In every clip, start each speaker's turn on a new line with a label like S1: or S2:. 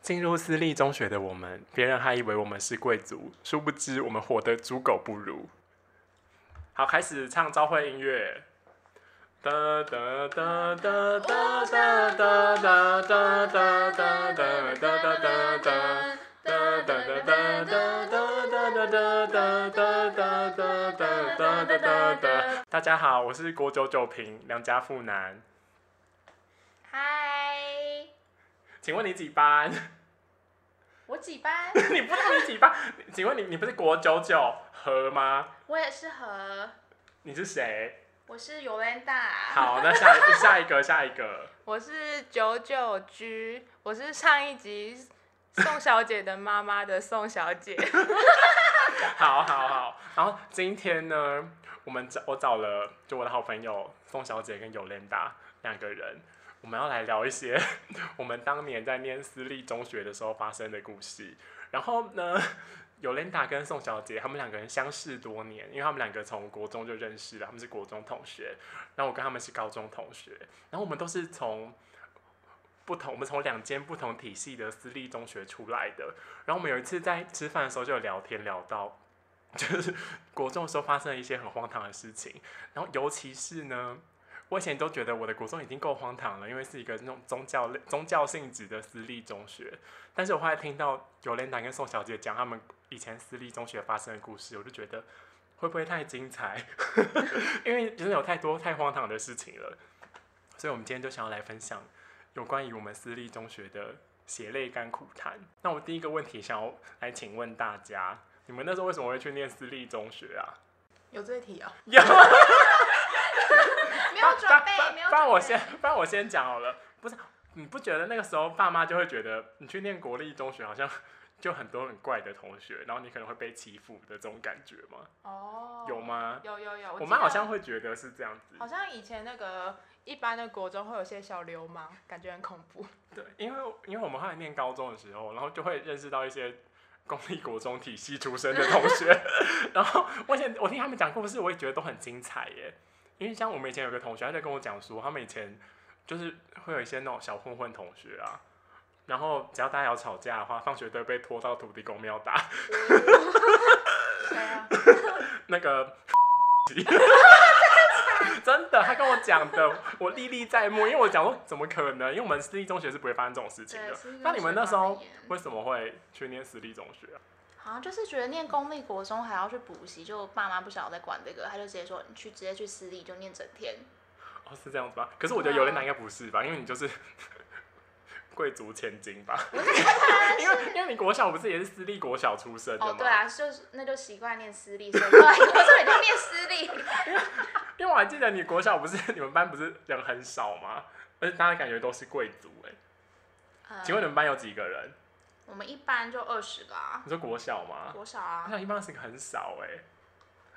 S1: 进入私立中学的我们，别人还以为我们是贵族，殊不知我们活得猪狗不如。好，开始唱招会音乐。哒哒哒哒哒哒哒哒哒哒哒哒哒哒哒。大家好，我是国九九平良家富男，
S2: 嗨，
S1: 请问你几班？
S2: 我几班？
S1: 你不知道你几班？请问你你不是国九九和吗？
S2: 我也是和，
S1: 你是谁？
S2: 我是尤兰达。
S1: 好，那下一下一个下一个，
S3: 我是九九居，我是上一集宋小姐的妈妈的宋小姐。
S1: 好好好。然后今天呢，我们找我找了就我的好朋友宋小姐跟尤莲达两个人，我们要来聊一些 我们当年在念私立中学的时候发生的故事。然后呢， 尤莲达跟宋小姐他们两个人相识多年，因为他们两个从国中就认识了，他们是国中同学。然后我跟他们是高中同学，然后我们都是从。不同，我们从两间不同体系的私立中学出来的。然后我们有一次在吃饭的时候就有聊天聊到，就是国中的时候发生了一些很荒唐的事情，然后尤其是呢，我以前都觉得我的国中已经够荒唐了，因为是一个那种宗教类宗教性质的私立中学，但是我后来听到尤莲达跟宋小姐讲他们以前私立中学发生的故事，我就觉得会不会太精彩？ 因为真的有太多太荒唐的事情了，所以我们今天就想要来分享有关于我们私立中学的血泪甘苦谈。那我第一个问题想要来请问大家，你们那时候为什么会去念私立中学啊？
S3: 有这一题哦，
S1: 有，
S2: 没有准备，没有准备。
S1: 不然我先，不然我先讲好了。不是，你不觉得那个时候爸妈就会觉得你去念国立中学好像 就很多很怪的同学，然后你可能会被欺负的这种感觉吗？
S3: 哦，
S1: 有？吗？
S3: 有有
S2: 哦
S3: 有，
S1: 我妈好
S3: 记得
S1: 像会觉得是这样子
S3: 好。像以前那个一般的国中会有些小流氓，感觉很恐怖。
S1: 对，因为因为我们后来念高中的时候，然后就会认识到一些公立国中体系出身的同学，然后我以前我听他们讲故事，我也觉得都很精彩耶。因为像我们以前有个同学，他就跟我讲说，他们以前就是会有一些那种小混混同学啊，然后只要大家有吵架的话，放学都会被拖到土地公庙打。
S3: 对啊，
S1: 那个 真的，他跟我讲的，我历历在目，因为我讲说怎么可能？因为我们私立中学是不会发生这种事情的
S2: 对私立中。学
S1: 那你们那时
S2: 不
S1: 候
S2: 会耶
S1: 为什么会去念私立中学啊？
S2: 好像就是觉得念公立国中还要去补习，就爸妈不想要再管这个，他就直接说你去直接去私立就念整天。
S1: 哦，是这样子吧？可是我觉得有人拿应该不是吧，因为你就是 贵族千金 吧？ 因为因为你国小不是也是私立国小出身的吗？
S2: 哦，对啊，就是那就习惯念私立，所以 后来国中也就念私立。
S1: 因为我还记得你国小不是你们班不是人很少吗？而且大家感觉都是贵族哎、
S2: 呃
S1: 请问你们班有几个人？
S2: 我们一般就二十个啊，
S1: 你说国小吗？
S2: 多少啊？
S1: 那一般是个很少哎、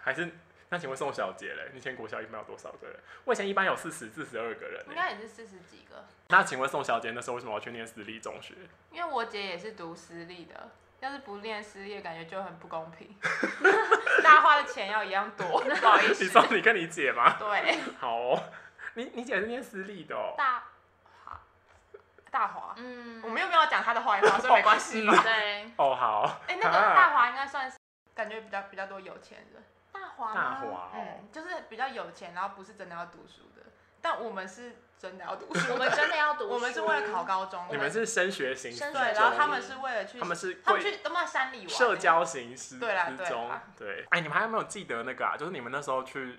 S1: 还是那请问宋小姐嘞？你以前国小一般有多少个人？我以前一般有四十至十二个人、
S3: 应
S1: 欸。
S3: 该也是四十几个，
S1: 那请问宋小姐那时候为什么要去念私立中学？
S3: 因为我姐也是读私立的。要是不练私立，感觉就很不公 平。大家花的钱要一样多，不好意
S1: 你
S3: 思
S1: 说。你跟你姐吗？
S3: 对，
S1: 好哦，你你姐是念私立的哦。
S3: 大华，大华，
S2: 嗯，
S3: 我们又没有讲他的坏话，所以没关系 嘛。
S2: 对
S1: 哦，好。
S3: 哎、那个大华应该算是感觉比较比较多有钱人，
S2: 大华吗
S1: 大华哦，
S3: 嗯，就是比较有钱，然后不是真的要读书的。但我们是真的要读 书，
S2: 我们真的要读书，
S3: 我们是为了考高中的，
S1: 你们是升学型
S2: 升
S1: 私
S3: 对，
S2: 学
S3: 然后
S1: 中，
S3: 他们是为了去，
S1: 他们是
S3: 他们
S1: 贵
S3: 去他们在山里玩欸，
S1: 社交型私
S3: 对啦
S1: 私
S3: 对
S1: 中
S3: 啦。
S1: 对，哎，你们还有没有记得那个啊？就是你们那时候去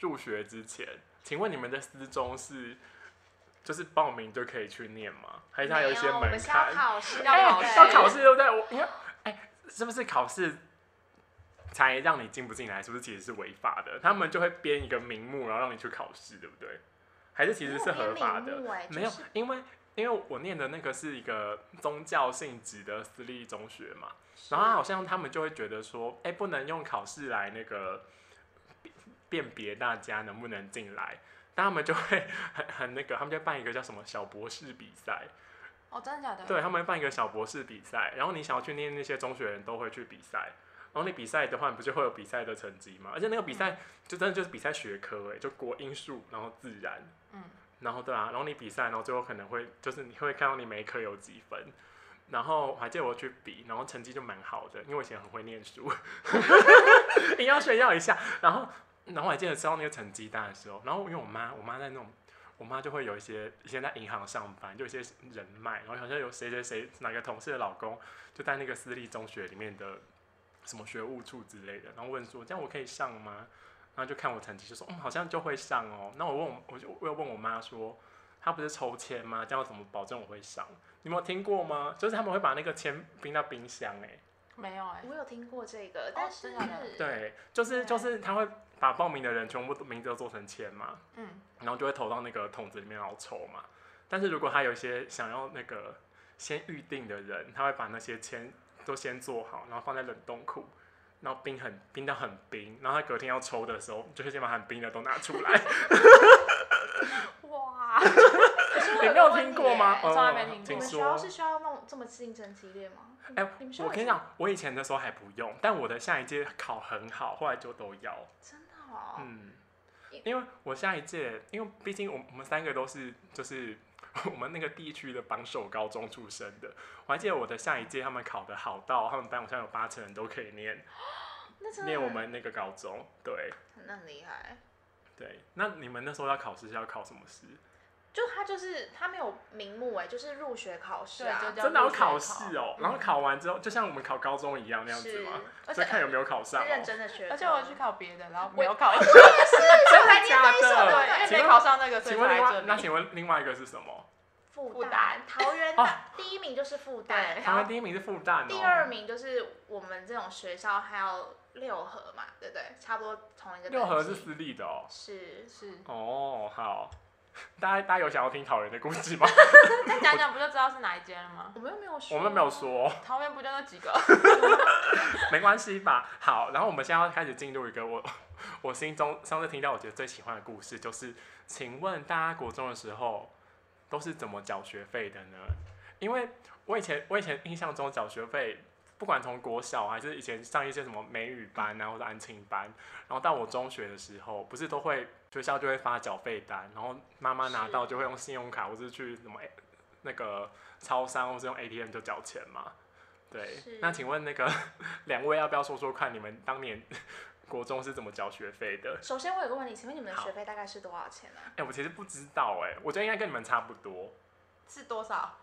S1: 入学之前，请问你们的私中是就是报名就可以去念吗？还是它一些
S2: 没我
S1: 门
S2: 们是要
S1: 槛？哎
S2: 考 试，
S3: 要考
S2: 对
S3: 试
S1: 要考试对不对？我因为哎，是不是考试才让你进不进来？是不是其实是违法的？他们就会编一个名目，然后让你去考试，对不对？还是其实是合法的？
S3: 啊
S1: 没有，因为因为我念的那个是一个宗教性质的私立中学嘛，然后好像他们就会觉得说，哎、不能用考试来那个辨辨别大家能不能进来，但他们就会很很那个，他们就办一个叫什么小博士比赛，
S3: 哦，真的假的？
S1: 对他们会办一个小博士比赛，然后你想要去念那些中学人都会去比赛。然后你比赛的话，你不就会有比赛的成绩吗？而且那个比
S3: 嗯
S1: 赛就真的就是比赛学科、哎，就国英数，然后自然，
S3: 嗯，
S1: 然后对啊，然后你比赛，然后最后可能会就是你会看到你每一科有几分，然后我还记得我去比，然后成绩就蛮好的，因为我以前很会念 书， 硬要炫耀一下。然后，然后我还记得知道那个成绩单的时候，然后因为我妈，我妈在那种，我妈就会有一些以前在银行上班，就有一些人脉，然后好像有谁谁谁哪个同事的老公就在那个私立中学里面的什么学务处之类的，然后问说这样我可以上吗？然后就看我成绩，就说嗯好像就会上哦。那我问我，我就我又问我妈说，她不是抽签吗？这样我怎么保证我会上？你们有听过吗？就是他们会把那个签冰到冰箱、欸，
S3: 没有哎、
S2: 我有听过这个，但是
S3: 哦真的假的
S1: 对，就是
S3: 对
S1: 就是他会把报名的人全部都名字都做成签嘛，
S3: 嗯，
S1: 然后就会投到那个桶子里面然后抽嘛。但是如果他有一些想要那个先预定的人，他会把那些签都先做好，然后放在冷冻库，然后冰很冰到很冰，然后他隔天要抽的时候，就会先把很冰的都拿出 来。
S3: 哇，
S1: 你没有听过吗？
S3: 我有问
S1: 嗯
S3: 你耶从来没听过
S2: 你
S1: 请
S2: 们学
S1: 说
S2: 校。是需要弄这么竞争激烈吗？
S1: 哎、
S2: 你们学校
S1: 我跟
S2: 也
S1: 你
S2: 是
S1: 讲，我以前的时候还不用，但我的下一届考很好，后来就都要。
S2: 真的哦，
S1: 嗯
S2: 因，
S1: 因为我下一届，因为毕竟我们我们三个都是就是我们那个地区的榜首高中出身的，我还记得我的下一届他们考得好到他们班好像有八成人都可以念
S2: 那真的
S1: 念我们那个高中，对
S2: 那很厉害。
S1: 对。那你们那时候要考试是要考什么试？
S2: 就他就是他没有名目哎，就是入学考试啊
S3: 对，就叫
S1: 真的要
S3: 入学考
S1: 试哦、然后考完之后就像我们考高中一样那样子
S2: 是
S1: 吗？，
S2: 而
S1: 就
S2: 且
S1: 看有没有考上、
S2: 是认
S1: 哦。
S2: 真的学 科，
S3: 而且我去
S2: 考
S3: 考别的，然后没有考，
S1: 真
S2: 才
S1: 的
S2: 念那
S1: 假
S2: 一所
S1: 的？
S3: 对，因
S1: 请
S3: 为
S1: 问
S3: 没考上那个，所以
S1: 请
S3: 才
S1: 问另
S3: 来
S1: 外
S3: 这，
S1: 那
S3: 里。
S1: 请问另外一个是什么？
S2: 复
S3: 复
S2: 旦
S3: 旦、
S2: 桃园
S1: 哦
S2: 大第一名就是复旦，
S3: 对
S1: 台
S2: 然
S1: 湾
S2: 后
S1: 第一名是复旦、哦，
S2: 哎第二名就是我们这种学校，还有六合嘛，对不对？差不多同一个等级。
S1: 六合是私立的哦。
S2: 是
S3: 是，
S1: 哦，好， 大家大家有想要听桃园的故事吗？
S3: 那讲讲不就知道是哪一间了吗？
S2: 我们又没有说，
S1: 我们没有说，哦
S3: 桃园不就那几个？
S1: 没关系吧。好，然后我们现在要开始进入一个我我心中上次听到我觉得最喜欢的故事，就是请问大家国中的时候都是怎么缴学费的呢？因为我以前我以前印象中缴学费，不管从国小啊还是以前上一些什么美语班啊或者安亲班，然后到我中学的时候，不是都会学校就会发缴费单，然后妈妈拿到就会用信用卡或是去什么那个超商或是用 ATM 就缴钱嘛。对
S2: 是，
S1: 那请问那个 两位要不要说说看，你们当年 国中是怎么缴学费的？
S2: 首先我有个问题，请问你们的
S1: 好
S2: 学费大概是多少钱呢、啊
S1: 哎、我其实不知道哎、我觉得应该跟你们差不多。
S3: 是多少？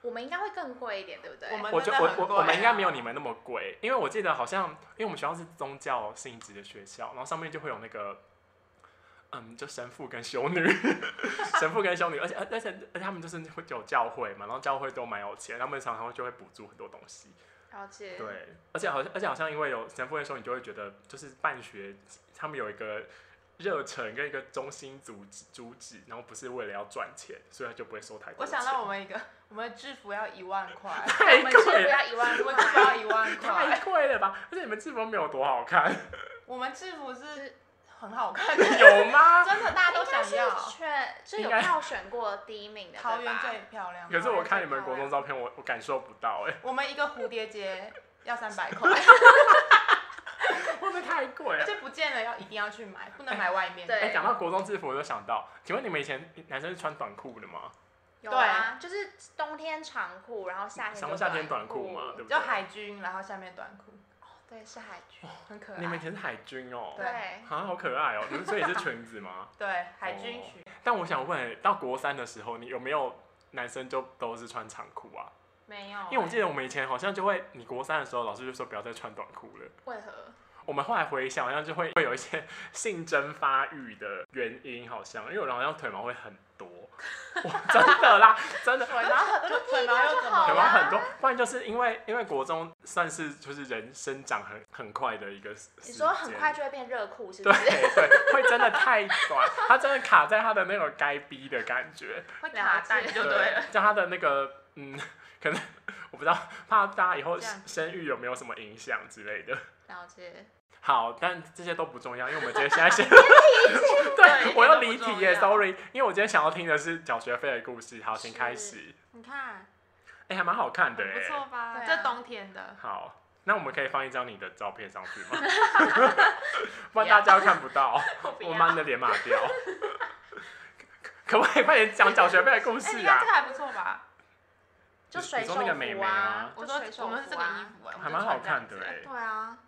S2: 我们应该会更贵一点，对不对？
S3: 我们
S1: 我觉
S3: 真的
S1: 得我
S3: 很
S1: 我
S3: 贵
S1: 我们应该
S3: 啊
S1: 没有你们那么贵，因为我记得好像因为我们学校是宗教性质的学校，然后上面就会有那个，嗯，就神父跟修女， 神父跟修女，而且而而且而且他们就是会有教会嘛，然后教会都蛮有钱，他们常常就会补助很多东西。
S2: 了解。
S1: 对，而且好像而且好像因为有神父的时候，你就会觉得就是办学，他们有一个热忱跟一个中心主旨主旨，然后不是为了要赚钱，所以他就不会收太多
S3: 我
S1: 钱。
S3: 想到我们一个，我们的制服要一万块，
S1: 太
S2: 我们
S1: 贵
S2: 是不
S1: 了，
S2: 要一万
S3: 我们制服要
S2: 块，
S3: 一万块，
S1: 太贵了吧！而且你们制服没有多好看，
S3: 我们制服是很好看的，
S1: 有啊吗？
S3: 真的大家都
S2: 应该
S3: 想
S2: 是
S3: 要。
S2: 选就有
S1: 应该
S2: 票选过第一名的，
S3: 桃
S2: 对
S3: 园
S2: 吧
S3: 最漂亮。
S1: 可是我看你们国中照片，我我感受不到哎、
S3: 我们一个蝴蝶 结要三百块，
S1: 会不会太贵
S3: 而
S1: 啊？
S3: 且不见了要一定要去买，不能买外面。
S2: 对
S1: 哎，讲、到国中制服，我就想到，请问你们以前男生是穿短裤的吗？
S2: 有啊，就是冬天长裤，然后夏天
S1: 想
S2: 哎
S1: 到
S2: 就
S1: 夏天短裤嘛，对不对
S3: 就？海军，然后下面短裤，
S2: 对，是海
S1: 哦
S2: 军，
S3: 很可
S1: 你们以
S3: 爱。
S1: 前是海军哦、
S3: 对
S2: 对，
S1: 啊，好可爱哦、你们所以是裙子吗？
S3: 对，海军
S1: 哦
S3: 裙。
S1: 但我想问，到国三的时候，你有没有男生就都是穿长裤啊？
S3: 没有欸，
S1: 因为我
S2: 哎
S1: 记得我们以前好像就会，你国三的时候，老师就说不要再穿短裤了。
S2: 为何？
S1: 我们后来回想，好像就会会有一些 性征发育的原因，好像因为我好像腿毛会很多，我真的啦，真的。
S3: 腿毛很多，腿毛又怎么
S2: 好
S1: 腿毛
S2: 啊
S3: 了？
S1: 很多，不然就是因为因为国中算是就是人生长很很快的一个时间，
S2: 你说很快就会变热裤是不
S1: 对
S2: 是？
S1: 对，会真的太短，它真的卡在它的那种该逼的感觉，
S3: 会卡蛋就对了。，
S1: 像他的那个嗯，可能我不知道，怕大家以后
S3: 这样
S1: 生育有没有什么影响之类的。
S2: 了解。
S1: 好，但这些都不重要，因为我们今天现 在是，
S3: 对
S1: 对我又
S3: 一
S1: 离
S3: 点都不
S1: 题耶
S3: 重要
S1: ，sorry，因为我今天想要听的是缴学费的故事。好，请
S2: 是
S1: 开始。
S3: 你看，
S1: 哎、还蛮好看的
S3: 很不
S1: 哎。
S3: 错吧？
S2: 对啊
S3: 这冬天的，
S1: 好，那我们可以放一张你的照片上去 吗？不然大家又看不到，我把你的脸码掉。 可可不可以快点讲缴学费的故
S3: 哎，你
S1: 事
S3: 看
S1: 啊
S3: 这？个还不错吧？
S2: 就
S1: 你
S2: 水
S1: 你
S2: 手
S1: 说那
S2: 服啊，
S1: 个美眉吗
S3: 我
S2: 就
S3: 说
S2: 水手
S3: 我们是这
S2: 服
S3: 个
S2: 啊
S3: 衣，服、欸，我们
S1: 还
S3: 就
S1: 蛮好
S3: 穿这样
S1: 看的
S3: 子
S1: 哎、
S3: 欸
S2: 对啊，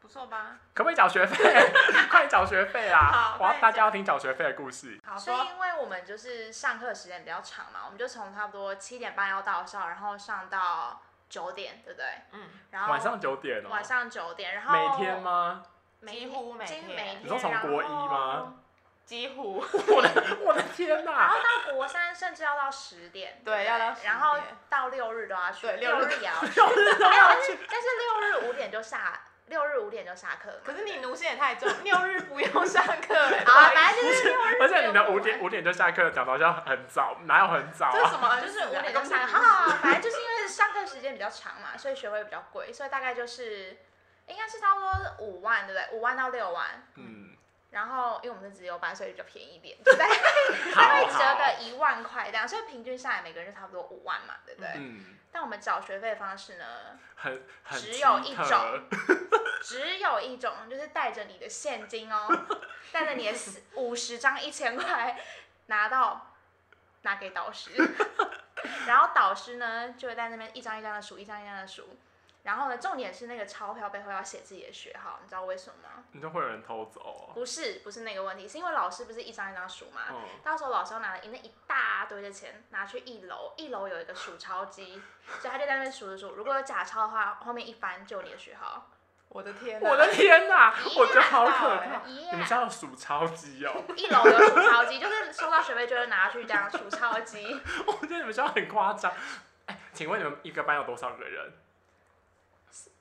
S3: 不错吧？
S1: 可不可以缴学费？ 快缴学费啦！
S3: 好
S1: 我要
S3: 快
S1: 大家要听缴学费的故事。
S3: 好
S2: 是
S3: 说，
S2: 因为我们就是上课时间比较长嘛，我们就从差不多七点半要到校，然后上到九点，对不对？
S3: 嗯，
S2: 然后
S1: 晚上九点哦、
S2: 晚上九点，然后
S1: 每天？吗？
S2: 每
S3: 几乎每
S2: 天，几乎
S3: 天
S2: 每
S1: 你说从
S2: 然
S1: 国一
S2: 后
S1: 吗？
S3: 哦几乎
S1: 我的我的天哪、
S2: 然后到国三甚至要到十点，
S3: 对
S2: 不
S3: 要到10点
S2: 然后到六日都要去，
S3: 对
S2: 六
S3: 六日
S2: 也要去，
S3: 都
S2: 没有，但是但是六日五点就下，六日五点就下课嘛。
S3: 可是你
S2: 对
S3: 奴性也太重， 六日不用上课欸了。
S2: 好啊，
S3: 白
S2: 反正就是六日，
S1: 而且你的五点，五点就下课，讲的好像很早，哪有很早
S3: 这是
S1: 啊？
S3: 什么恩
S2: 就是
S3: 赐
S2: 五
S3: 啊？
S2: 点就下课，好好好，反正就是因为上课时间比较长嘛，所以学费比较贵，所以大概就是应该是差不多五万，对不对？五万到六万。
S1: 嗯，
S2: 然后，因为我们是自由班，所以比较便宜一点，就大概 大概
S1: 好
S2: 折个
S1: 好，
S2: 一万块这样，所以平均下来每个人就差不多五万嘛，对不对？
S1: 嗯，
S2: 但我们缴学费的方式呢，
S1: 很很
S2: 只有
S1: 奇
S2: 一
S1: 特
S2: 种只有一种，就是带着你的现金哦，带着你的五十张一千块拿到拿给导师，然后导师呢就会在那边一张一张的数，一张一张的数。然后呢，重点是那个钞票背后要写自己的学号，你知道为什么吗？
S1: 你就会有人偷走哦、
S2: 不是，不是那个问题，是因为老师不是一张一张数吗？
S1: 嗯，
S2: 到时候老师要拿了那一大堆的钱拿去一楼，一楼有一个数钞机，所以他就在那边数着数。如果有假钞的话，后面一翻就有你的学号。
S3: 我的天哪！
S1: 我的天哪、我觉得好可
S3: 一样
S1: 怕
S3: 的！
S2: 一
S1: 哦你们
S2: 样，
S1: 家有数钞机哦，
S2: 哦 一楼有数钞机， 就是收到学费就会拿去这样数钞机。
S1: 我觉得你们学校很夸张。哎、请问你们一个班有多少个人？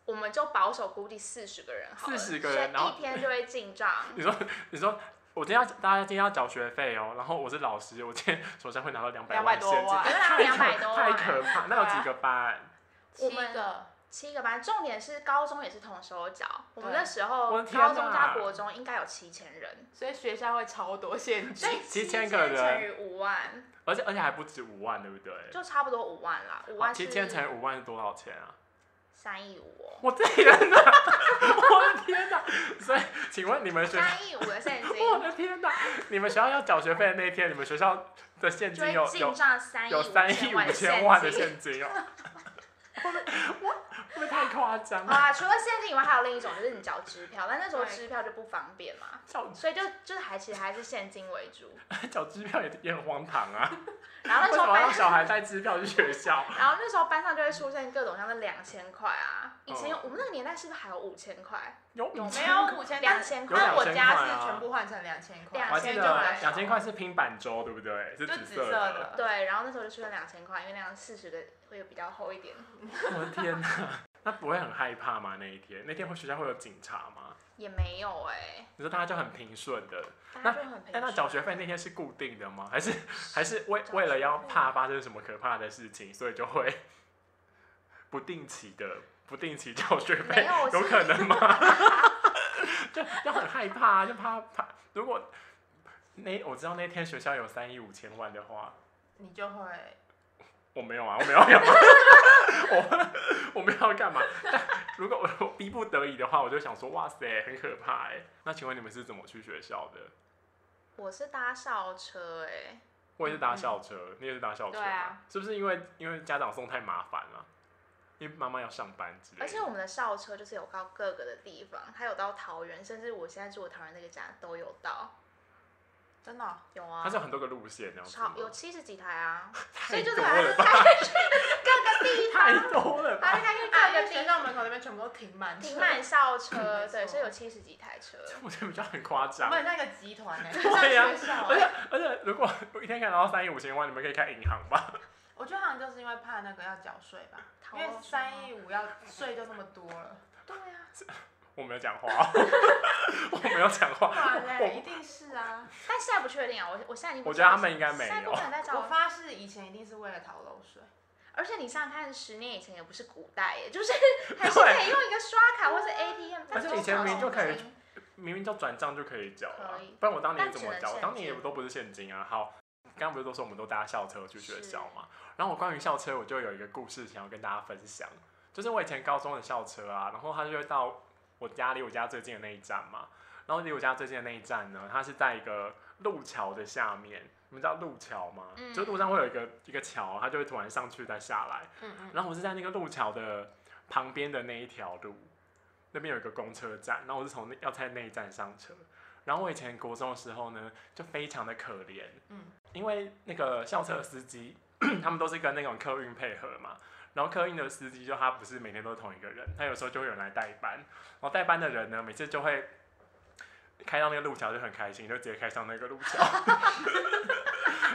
S2: 我们就保守估计四十个人好了，
S1: 40个人然
S2: 所
S1: 后
S2: 以一天就会 进账。
S1: 你说，你说，我今天要大家今天要缴学费哦，然后我是老师，我今天手上会拿到两百
S3: 200
S1: 万
S3: 多
S1: 现金，
S3: 万
S1: 太可
S2: 200多
S1: 太
S2: 万
S1: 可怕。那有几个班？
S2: 我
S3: 七
S2: 们
S3: 个，
S2: 七个班，重点是高中也是同时有缴。我们那时
S1: 我
S2: 候
S1: 的天哪
S2: 高中加国中应该有七千人，
S3: 所以学校会超多现
S2: 所
S3: 金。
S2: 以
S1: 7000个
S2: 人
S1: 人
S2: 乘以五万，
S1: 而且而且还不止五万，对不对？哦
S2: 就差不多五万啦。五万
S1: 七
S2: 是
S1: 千乘以五万是多少钱啊？
S2: 三亿五哦，
S1: 我的天哪！ 我的天哪！所以，请问你们学校，
S2: 三亿五的 现
S1: 我
S2: 金
S1: 的天哪！你们学校要缴学费的那一天，你们学校的现
S2: 就
S1: 金有
S2: 会进
S1: 有
S2: 账三亿
S1: 有三亿五千万
S2: 万
S1: 的
S2: 现
S1: 现
S2: 金。
S1: 金哦！ 我的我会不会太夸张
S2: 好
S1: 了？
S2: 啦，除了现金以外，还有另一种就是你缴支票，但那时候
S3: 对
S2: 支票就不方便嘛。
S1: 缴
S2: 所以就就是还其实还是现金为主。
S1: 缴支票也也很荒唐啊！
S2: 然后那
S1: 为
S2: 时
S1: 什
S2: 候
S1: 么让
S2: 班，
S1: 小孩带支票去学校？
S2: 然后那时候班上就会出现各种像是两千块啊，以前、
S1: 哦
S2: 我们那个年代是不是还有五千块？
S1: 有
S3: 有
S1: 五
S3: 没
S1: 千
S3: 有五千？但是
S2: 2000
S1: 块
S3: 但我
S1: 有2000块
S3: 家
S1: 啊
S3: 是全部换成两千块，
S1: 我还记
S2: 2000
S3: 就
S1: 得
S2: 块
S1: 两千块是拼板粥，对不对？是
S3: 就
S1: 紫
S3: 紫
S1: 色
S3: 色
S1: 的。
S3: 的。
S2: 对，然后那时候就出现两千块，因为那样四十个会有比较厚一点，
S1: 我的哦天哪！那不会很害怕吗？那一天，那天会学校会有警察吗？
S2: 也没有哎、
S1: 你说大家就很平顺的，
S2: 大家就很
S1: 但
S2: 平
S1: 那
S2: 时。
S1: 缴学费那天是固定的吗？还 是还是为为了要怕发生什么可怕的事情，所以就会不定期的不定期缴学
S2: 没
S1: 费
S2: 有我，是
S1: 有可能吗？ 就要很害怕啊、就怕怕。如果那我知道那天学校有三亿五千万的话，
S3: 你就会
S1: 我没有啊，我没有要，我我没有要干嘛？但如果我逼不得已的话，我就想说，哇塞，很可怕哎、那请问你们是怎么去学校的？
S2: 我是搭校车哎、
S1: 我也是搭校车，你也是搭校车吗，
S3: 对啊
S1: 是不是因为因为家长送太麻烦了、因为妈妈要上班之类的，
S2: 而且我们的校车就是有到各个的地方，还有到桃园，甚至我现在住的桃园那个家都有到，
S3: 真的哦
S2: 有
S1: 它
S2: 啊
S1: 是，有很多个路线那样子吗
S2: 超，有七十几台 啊，所
S1: 太
S2: 以就
S1: 多
S2: 是还
S1: 了
S2: 是
S1: 吧，
S2: 各个地方
S1: 太多了吧，
S2: 他大概就
S3: 啊，
S2: 大
S3: 因为
S2: 约
S3: 学
S2: 停
S3: 校门口那边全部都停满车，
S2: 停满校 车，
S3: 没错
S2: 对，所以有七十几台车。
S1: 我觉得比较很夸
S3: 我
S1: 张。
S3: 们那个集团呢，
S1: 对呀
S3: 像学校
S1: 而且
S3: 欸。
S1: 而且，如果一天可以拿到三亿五千万，你们可以开银行吧？
S3: 我觉得好像就是因为怕那个要缴税吧，
S2: 逃
S3: 因
S2: 漏
S3: 为三
S2: 税
S3: 亿五要税就那么多了，
S2: 对啊，
S1: 我没有讲话 哦，我没有讲话
S3: 不，然嘞
S1: 我
S3: 一定是啊。
S2: 但现在不确定啊，我我现在已经不
S1: 我觉得他
S2: 知道
S1: 们应该没有
S2: 现在不可能再找
S3: 我
S2: 我。
S3: 发誓以前一定是为了逃漏税，
S2: 而且你想想看，十年以前也不是古代耶， 就是还是
S1: 对
S2: 可以用一个刷卡 或是 ATM，但
S1: 而且
S2: 多
S1: 以前
S2: 少
S1: 明就可以
S2: 现金
S1: 明明就转账就可以缴了、
S2: 可以
S1: 不然我当年怎么
S2: 但只
S1: 缴？
S2: 能
S1: 我当年也
S2: 现金
S1: 都不是现金啊。好，刚刚不是都说我们都搭校车去学校嘛？然后我关于校车，我就有一个故事想要跟大家分享，就是我以前高中的校车啊，然后它就会到我家离我家最近的那一站嘛，然后离我家最近的那一站呢，它是在一个路桥的下面，们知道路桥吗？
S2: 嗯
S1: 就路上会有一个一个桥，它就会突然上去再下来。
S3: 嗯嗯，
S1: 然后我是在那个路桥的旁边的那一条路，那边有一个公车站，然后我是从那要在那一站上车。然后我以前国中的时候呢，就非常的可怜，
S3: 嗯，
S1: 因为那个校车司机 他们都是跟那种客运配合嘛，然后客运的司机就他不是每天都是同一个人，他有时候就会有人来代班，然后代班的人呢，每次就会开到那个路桥就很开心，就直接开上那个路桥。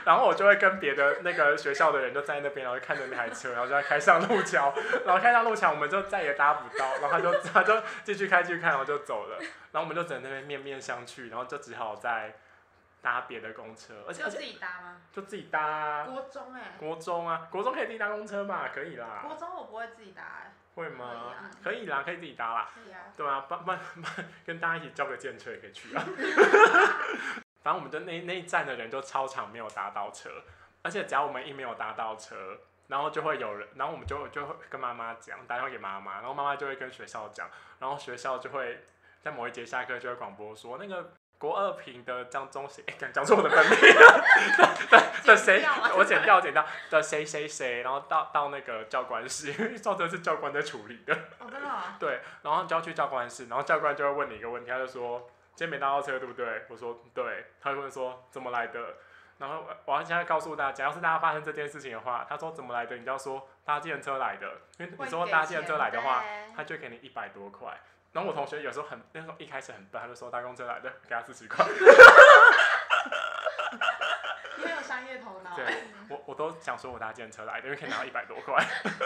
S1: 然后我就会跟别的那个学校的人就在那边，然后就看着那台车，然后就要开上路桥，然后开上路桥，我们就再也搭不到，然后他就他就继续开继续开，然后就走了，然后我们就只能在那边面面相觑，然后就只好再搭别的公车，而且
S3: 就
S1: 而且
S3: 自己搭吗？
S1: 就自己搭啊
S3: 国中哎、
S1: 国中啊，国中可以自己搭公车嘛，可以啦，
S3: 国中我不会自己搭哎、
S1: 会
S3: 可以
S1: 吗？
S3: 啊，
S1: 可以啦，可以自己搭啦，
S3: 可以啊，
S1: 对啊，慢慢慢跟大家一起交个建车也可以 去啊。反正我们就那那一站的人就超常没有搭到车，而且只要我们一没有搭到车，然后就会有人，然后我们就就会跟妈妈讲，打电话给妈妈，然后妈妈就会跟学校讲，然后学校就会在某一节下课就会广播说那个。国二平的张中谁？哎讲讲出我的本名的谁
S3: 剪掉啊？
S1: 我剪掉剪掉的谁谁谁，然后到到那个教官室，因为照这是教官在处理的。
S3: 哦真的、哦，
S1: 对，然后就要去教官室，然后教官就会问你一个问题，他就说今天没搭到车对不对？我说对，他就问说怎么来的？然后我要现在告诉大家，要是大家发生这件事情的话，他说怎么来的，你就要说搭计程车来的，因为你
S3: 会
S1: 说
S3: 给
S1: 搭计程
S3: 钱
S1: 车来的话，
S2: 对
S1: 他就会给你一百多块。然后我同学有时候很那时候一开始很笨，他就说搭公车来的，给他四十块。
S3: 你很有商业头脑、
S1: 对
S3: 哎
S1: 我我都想说我搭计程车来的，因为可以拿到一百多块。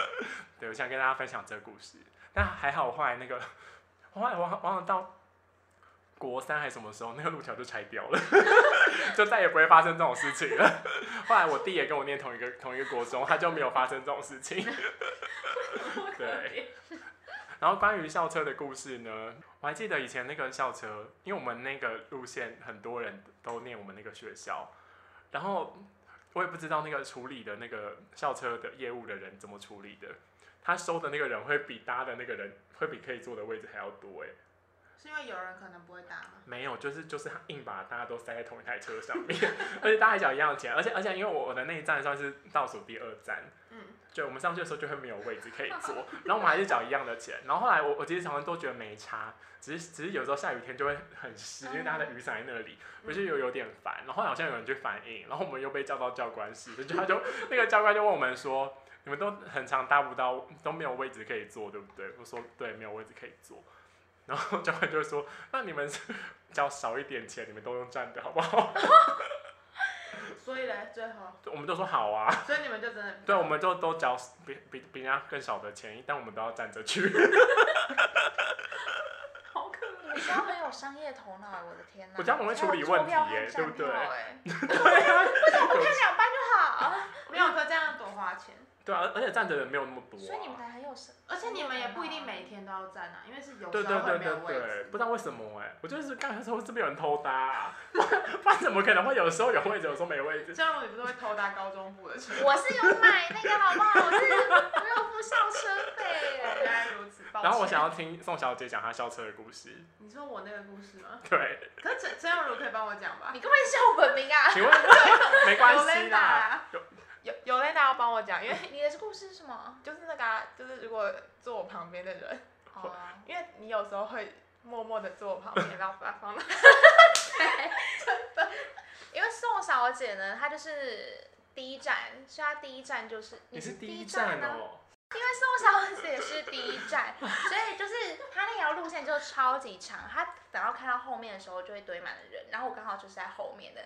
S1: 对，我想跟大家分享这个故事。但还好，我后来那个，我后来我忘了到国三还是什么时候，那个路桥就拆掉了， 就再也不会发生这种事情了。后来我弟也跟我念同一个同一个国中，他就没有发生这种事情。对。然后关于校车的故事呢，我还记得以前那个校车，因为我们那个路线很多人都念我们那个学校，然后我也不知道那个处理的那个校车的业务的人怎么处理的，他收的那个人会比搭的那个人会比可以坐的位置还要多哎、
S3: 是因为有人可能不会搭吗？
S1: 没有，就是就是他硬把大家都塞在同一台车上面， 而且大家缴一样的钱，而且而且因为我我的那一站算是倒数第二站，
S3: 嗯，
S1: 就我们上去的时候就会没有位置可以坐，然后我们还是缴一样的钱。然后后来我我其实常常都觉得没差，只是只是有时候下雨天就会很湿，因为大家的雨伞在那里，我就有有点烦。然后后来好像有人去反映，然后我们又被叫到教官室，就他就那个教官就问我们说：“你们都很常搭不到，都没有位置可以坐，对不对？”我说：“对，没有位置可以坐。”然后教官就说：“那你们是交少一点钱，你们都用站的好不好
S3: 所以嘞，最后，？”
S1: 我们就说：“好啊。”
S3: 所以你们就真的
S1: 对，我们就都交比比比人家更少的钱，但我们都要站着去。
S3: 好可怜。啊
S2: 你真的很有商业头脑耶，我的天哪！
S1: 我这样很会处理问题耶
S2: 还有
S1: 对不对
S2: 钞票和哎站票耶
S1: 有
S2: 看两班就好。
S3: 欸没有，可这样多花钱，
S1: 对啊，而且站着人没有那么多、
S2: 所以你们
S1: 啊。
S2: 才很有商，
S3: 而且你们也不一定每天都要站啊，因为是有
S1: 对
S3: 时
S1: 对
S3: 候
S1: 对
S3: 会没
S1: 对
S3: 有位
S1: 对，
S3: 置。
S1: 不知道为什么哎、我就是刚才说这边有人偷搭、啊，不然怎么可能会有时候有位置，有时候没位置？
S3: 像我，你不是会偷搭高中部的车？
S2: 我是有买那个好不好？我是没有付校车费
S3: 原
S2: 耶。
S3: 来如此，抱歉。
S1: 然后我想要听宋小姐讲她校车的故事。
S3: 你说我那个故事吗？
S1: 对，
S3: 可是陈陈永如可以帮我讲吧？
S2: 你根本笑我本名啊！
S1: 请问没关系啦。有
S3: 有有雷达要帮我讲，因为
S2: 你的故事是什么？
S3: 就是那个、啊，就是如果坐我旁边的人，
S2: 哦，
S3: 因为你有时候会默默的坐我旁边，然后把它 放到
S2: 因为宋小姐呢，她就是第一站，所以她第一站就是
S1: 你是第一
S2: 一啊
S1: 站
S2: 呢、
S1: 哦、，
S2: 因为宋小姐是第一站，所以就是她那条路线就超级长，她等到看到后面的时候就会堆满了人，然后我刚好就是在后面的。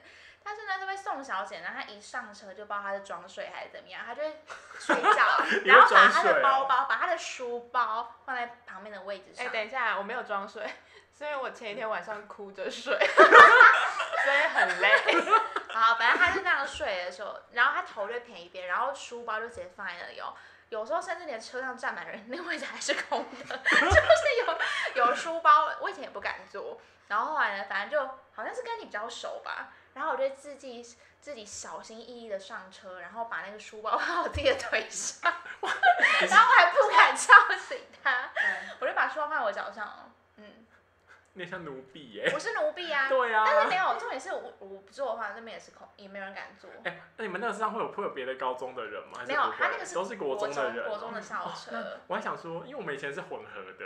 S2: 但是呢，这位宋小姐呢，她一上车就不知道她是装睡还是怎么样，她就会睡觉然后把
S1: 你会装
S2: 她
S1: 睡
S2: 的
S1: 哦
S2: 包包、把她的书包放在旁边的位置
S3: 哎、
S2: 上。
S3: 等一下，我没有装睡，所以我前一天晚上哭 着睡，所以很累。
S2: 好，啊反正他就那样睡的时候，然后他头就偏一边，然后书包就直接放在那里哦。有时候甚至连车上站满人， 那个位置还是空的， 就是有有书包，我以前也不敢坐。然后后来呢，反正就好像是跟你比较熟吧，然后我就自己自己小心翼翼的上车，然后把那个书包 放到我自己的腿 上，然后我还不敢叫醒他，
S3: 对
S2: 我就把书包放在我脚上哦，嗯，
S1: 有点像奴婢耶、
S2: 我是奴婢啊。
S1: 哎对啊，
S2: 但是没有，重点是我我不做的话，那边也是空，也没有人敢做。
S1: 哎、那你们那个上会有会有别的高中的人吗？还是
S2: 没有
S1: 不会
S2: 他那个是
S1: 都是国中的人哦、
S2: 国中的校
S1: 那
S2: 车，
S1: 我还想说，因为我们以前是混合的，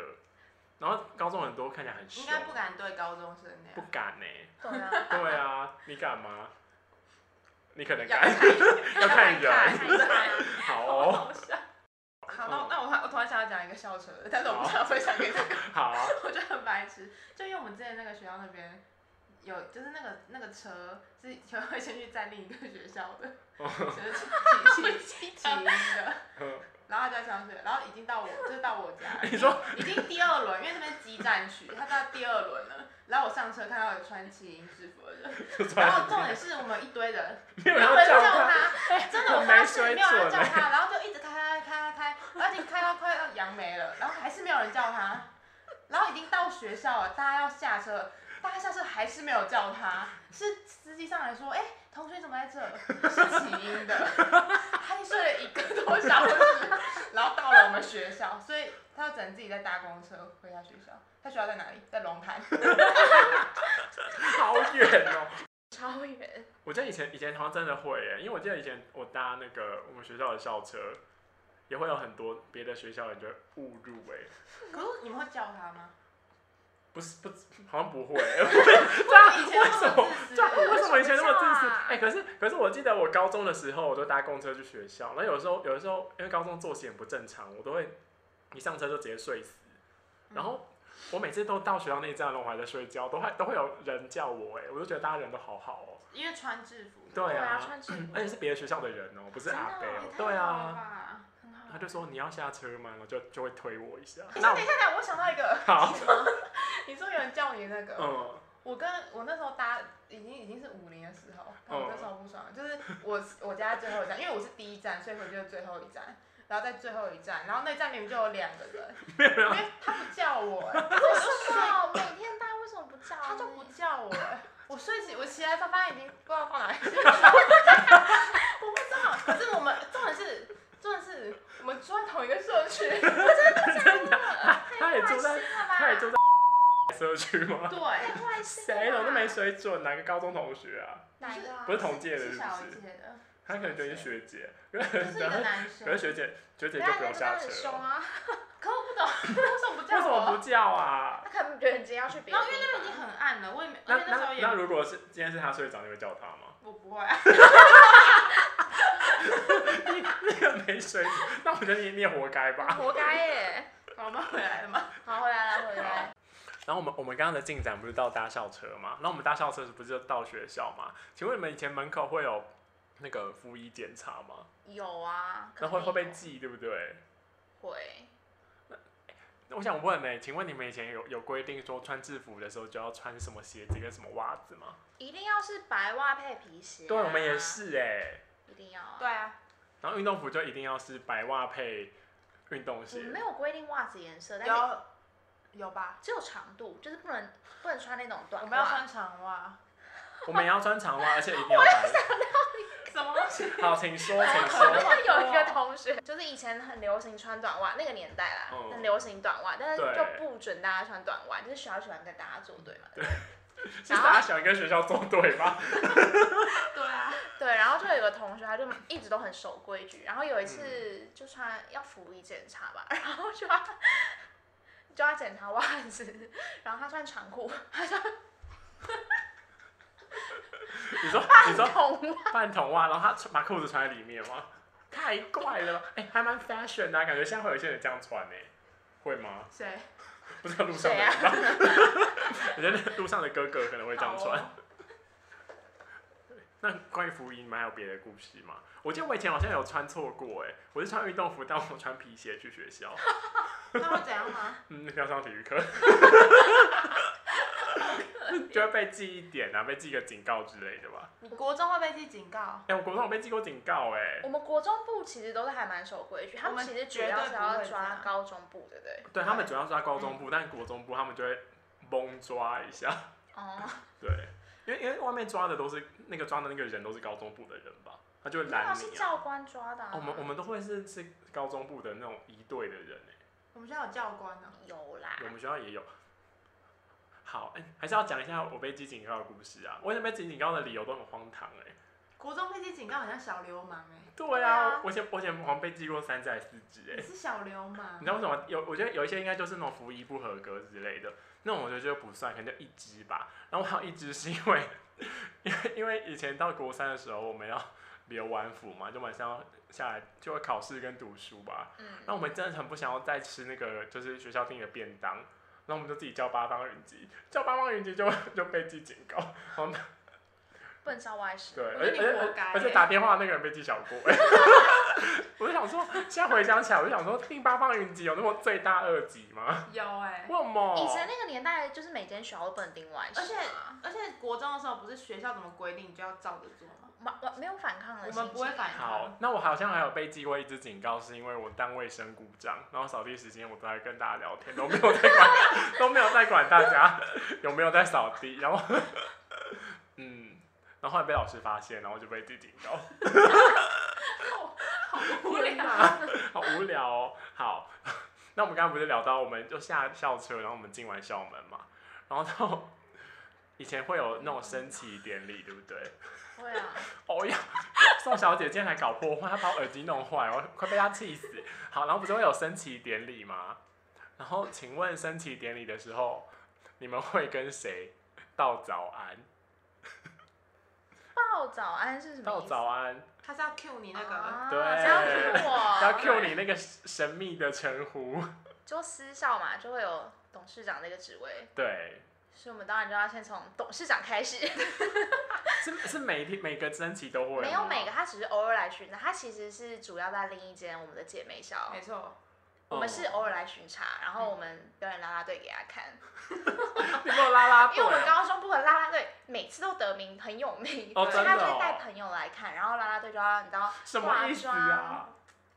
S1: 然后高中很多看起来很凶
S3: 应，该不敢对高中生那
S1: 不
S3: 样。
S1: 敢欸呢、
S2: 对 啊，
S1: 对啊，你敢吗？你可能
S3: 要
S1: 敢， 要看
S2: 要看
S1: 人。
S2: 看一下
S1: 好
S3: 好
S1: 哦，嗯
S3: 好笑。 好，那那我还我突然想要讲一个校车的，但是我
S1: 好
S3: 不想分享给大家，
S1: 好， 啊
S3: 我觉得很白痴。就因为我们之前那个学校那边有，就是那个那个车是会先去载另一个学校的，
S1: 哦
S3: 就是 骑骑骑骑音的，
S1: 嗯
S3: 然后他就在上学，然后已经到我，就是到我家，
S1: 你说
S3: 已经第二轮，因为那边是基站区，他到第二轮了。然后我上车看到有穿骑音制服的人， 然后重点是我们一堆人，
S1: 没有人
S3: 有
S1: 要
S3: 人
S1: 叫
S3: 叫
S1: 他，
S3: 他，哎 真的我
S1: 很
S3: 发
S1: 没
S3: 现
S1: 水
S3: 没有人
S1: 准
S3: 叫
S1: 欸
S3: 他，然后就一直开开开开开，而且开到快要扬眉了，然后还是没有人叫他，然后已经到学校了，大家要下车了，大家下车还是没有叫他，是司机上来说，哎、同学怎么在这？是起因的， 他就睡了一个多小时，然后到了我们学校，所以他只能自己再搭公车回他学校。他学校在哪里？在龙 潭。
S1: 好远哦。
S2: 超远，
S1: 我记得以前以前好像真的会耶，因为我记得以前我搭那个我们学校的校车，也会有很多别的学校人就会误入哎，
S3: 可是你们会叫他 吗？
S1: 不是不好像不会耶，
S3: 以前
S1: 为什么
S3: 自
S1: 对啊，啊
S3: 私。
S1: 为什么以前那么自私
S2: 为什么不叫啊？
S1: 哎、可是可是我记得我高中的时候，我都搭公车去学校，那有时候有的时候因为高中作息很不正常，我都会一上车就直接睡死。然后我每次都到学校那一站了，我还在睡觉，都会都会有人叫我、哎，我就觉得大家人都好好哦、
S3: 因为穿制服。
S1: 对
S2: 啊，
S1: 啊，
S2: 穿制服
S1: 而且是别的学校的人哦、不是
S3: 真的
S1: 阿
S3: 哦
S1: 贝哦、
S3: 也
S1: 对
S3: 太好了
S1: 啊，
S3: 吧。
S2: 很好
S1: 他。就说你要下车吗？然后就就会推我一下。
S3: 哎
S1: 那
S3: 等
S1: 我
S3: 一下，等一下， 我想到一个，
S1: 好，
S3: 你说有人叫你那个，
S1: 嗯，
S3: 我跟我那时候搭已经已经是五零的时候，但我那时候不爽，就是我我家最后一站，因为我是第一站，所以回去是最后一站。然后在最后一站，然后那一站明明就有两个人，因为他不叫我、哎
S2: 为什么每天搭为什么不叫呢？
S3: 他就不叫我、哎我睡醒，我起来，他发现已经不知道放哪里去了，我不知道。可是我们重点是，重点是我们住在同一个社区，
S1: 他也住在他也
S2: 太
S1: 住在社区吗？
S3: 对，
S2: 坏心了吧，
S1: 谁了？我都没水准，哪个高中同学啊？
S2: 啊哪一个啊
S1: 不是同届的，
S3: 是
S1: 是
S3: 小
S1: 不是？
S3: 姐的，
S1: 他可能觉得你是学姐，
S3: 就是一个男生。
S1: 可是学姐学姐就
S2: 等下
S1: 不用
S2: 人
S1: 下
S2: 家
S1: 车
S2: 很凶
S1: 了。
S2: 啊，
S3: 可我不懂， 为什么不
S1: 为什
S3: 叫
S1: 么
S3: 我？
S1: 不叫啊？
S2: 他可能觉得你直接要去别
S3: 然
S2: 的
S3: 后
S2: 地
S3: 哦因
S2: 方，
S3: 为那边已经很暗了，我也没，
S1: 那
S3: 而且那时候
S1: 那
S3: 也
S1: 那如果是今天是他睡着，你会叫他 吗？
S3: 我不会、啊，
S1: 那个没水准，那我觉得你你也活该吧。
S2: 活该耶。
S3: 好我们回来了吗？
S2: 好，回来了，回来了。
S1: 然后我们我们刚刚的进展不是到搭校车吗？那我们搭校车是不是就到学校吗？请问你们以前门口会有那个服仪检查吗？
S2: 有啊，
S1: 那会会
S2: 肯
S1: 被
S2: 定
S1: 记对不对？
S2: 有会。
S1: 那我想问呢、请问你们以前有有规定说穿制服的时候就要穿什么鞋子跟什么袜子吗？
S2: 一定要是白袜配皮鞋、啊
S1: 对，我们也，是哎、
S2: 一定要啊。
S3: 对，啊，
S1: 然后运动服就一定要是白袜配运动
S2: 我
S1: 鞋
S2: 们。没有规定袜子颜色，但是
S3: 有有吧？
S2: 只有长度，就是不能不能穿那种短
S3: 我们
S2: 袜。
S3: 要穿长袜，
S1: 我们也要穿长袜，而且一定要白。
S3: 什么东西？
S1: 好，请 说，请
S2: 我
S1: 说。
S2: 们有一个同学， 就是以前很流行穿短袜，那个年代啦，
S1: 嗯
S2: 很流行短袜，但是
S1: 对
S2: 就不准大家穿短袜，就是学校喜欢跟大家作对嘛。
S1: 是大家喜欢跟学校作对吧？
S3: 对啊，
S2: 对，然后就有一个同学，他就一直都很守规矩，然后有一次
S1: 嗯
S2: 就穿要服役检查吧， 然后就要就要检查袜子，然后他穿长裤，
S1: 你说，你 说
S2: 筒袜
S1: 半筒袜，然后他把裤子穿在里面吗？太怪了吧！哎、还蛮 fashion 的啊、感觉现在会有一些人这样穿呢、会吗？
S3: 谁？
S1: 不知道路上的
S2: 啊
S1: 人吧，我觉得路上的哥哥可能会这样穿。
S3: 好哦
S1: 那关于服仪，你们还有别的故事吗？我记得我以前好像有穿错过、哎，我是穿运动服，但我穿皮鞋去学校。
S3: 那会怎样 吗？
S1: 嗯，要上体育课， 就会被记一点啊，被记个警告之类的吧。
S3: 你国中会被记警告？
S1: 哎、我国中有被记过警告、哎，
S2: 我们国中部其实都是还蛮守规矩，他
S3: 我
S2: 们
S3: 们
S2: 其实主
S3: 绝
S2: 要
S3: 对
S2: 是
S3: 不
S2: 要
S3: 会这
S2: 抓
S3: 样
S2: 高中部，对不对？
S1: 对他们主要是在高中部，但国中部他们就会蒙抓一下，
S2: 哦，
S1: 对，因为因为外面抓的都是那个抓的那个人都是高中部的人吧，他就会
S2: 没有
S1: 拦
S2: 是
S1: 你啊。
S2: 教官抓的、啊
S1: 哦我们我们都会是是高中部的那种一队的人、哎，
S3: 我们学校有教官呢、
S2: 有啦
S1: 我，们学校也有。好，哎、还是要讲一下我被记警告的故事啊。我想被记警告的理由都很荒唐哎、
S3: 国中飞机警告好像小流氓哎、
S1: 对
S2: 对
S1: 啊
S2: 啊，
S1: 我先我先好像被记过三次还是四次哎、
S3: 你是小流氓
S1: 你知，道为什么有？我觉得有一些应该就是那种服役不合格之类的，那种我觉得就不算，可能就一只吧。然后还有一只是因为， 因为因为以前到国三的时候，我们要留晚辅嘛，就晚上要下来就会考试跟读书吧。
S2: 嗯，
S1: 那我们真的很不想要再吃那个就是学校订的便当，然后我们就自己叫八方云集，叫八方云集就就被记警告，
S2: 不能烧外食。
S1: 对，
S3: 我
S1: 而
S3: 觉
S1: 且
S3: 得你
S1: 而
S3: 活
S1: 且
S3: 该
S1: 而且
S3: 欸
S1: 打电话那个人被记小 过、欸。我就想说，现在回想起来，我就想说，订八方云集有那么罪大恶极吗？
S3: 有哎、
S1: 为什么？
S2: 以前那个年代，就是每间学校都不能订外食啊，
S3: 而且而且国中的时候不是学校怎么规定你就要照着做吗？
S2: 没没没有反抗的
S3: 我
S2: 心情。
S3: 们不会反抗
S1: 好，，那我好像还有被记过一次警告，是因为我单位生故障，然后扫地时间我都在跟大家聊天，都没有在管， 都没有在管大家有没有在扫地，然后，嗯，然后后来被老师发现，然后就被记警告，
S3: 好无聊。
S1: 好无聊哦。好， 那我们刚刚不是聊到，我们就下校车，然后我们进完校门嘛，然后到以前会有那种升旗典礼，对不对？
S2: 会啊，
S1: 哦呀， 宋小姐今天还搞破坏，她把我耳机弄坏，我快被她气死。好，然后不是会有升旗典礼吗？然后请问升旗典礼的时候，你们会跟谁道早安？
S2: 报早安是什么
S1: 道
S2: 意思？
S1: 早安，
S3: 他是要 cue 你那个，
S2: 啊
S1: 对
S2: 这样子
S1: 要
S2: 我
S1: cue 你那个神秘的称呼。
S2: 就私校嘛，就会有董事长这个职位，
S1: 对，
S2: 所以我们当然就要先从董事长开始。
S1: 是是每天每个升旗都会吗
S2: 没有每个，他只是偶尔来巡查，他其实是主要在另一间我们的姐妹校
S1: 嗯
S3: 没，错，
S2: 我们是
S1: 哦
S2: 偶尔来巡查，然后
S1: 嗯
S2: 我们表演啦啦队给他看，
S1: 你没有拉拉队
S2: 因为我们高中部的啦啦队每次都得名，很有名，
S1: 哦真
S2: 所
S1: 的
S2: 以他
S1: 哦
S2: 就会带朋友来看，然后啦啦队就要你知道
S1: 什么意思啊？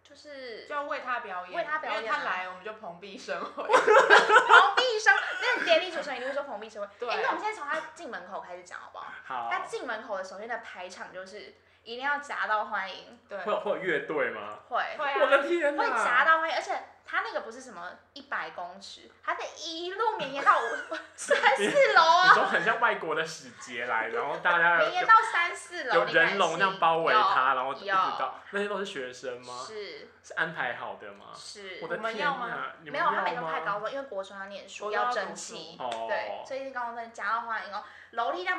S2: 就是
S3: 就要为他表演，
S2: 为他表演
S3: 因
S2: 啊
S3: 为他来我们就蓬荜生辉。
S2: 蓬荜生，那个典礼主持人一定会说蓬荜生辉。
S3: 对
S2: 哎、那我们现在从他进门口开始讲好不好？
S1: 好，
S2: 他进门口的首先的排场就是一定要夹到欢迎，
S3: 对，
S1: 会有会有乐队吗？
S2: 会
S3: 会
S1: 我
S3: 啊，
S1: 的天
S2: 会夹
S1: 哪！
S2: 到欢迎，而且他那个不是什么一百公尺，他得一路绵延到五 三四楼
S1: 你
S2: 啊，
S1: 说很像外国的使节来，然后大家有
S2: 绵延到三四楼，
S1: 有
S2: 你敢
S1: 人龙那样
S2: 信
S1: 包围他，然后一直
S2: 有
S1: 到那些都是学生
S2: 有
S1: 吗？啊
S2: 是
S1: 是安排好的吗？
S2: 是
S1: 我，的
S3: 我们
S1: 天
S3: 要吗
S1: 哪！你
S2: 没
S1: 们
S2: 有，
S1: 要
S2: 他每个都
S1: 吗
S2: 太高中，因为国中要念书，
S3: 国中要
S2: 争
S3: 读
S2: 气。
S1: 哦。
S2: 对，所以高中生夹到欢迎哦，楼梯上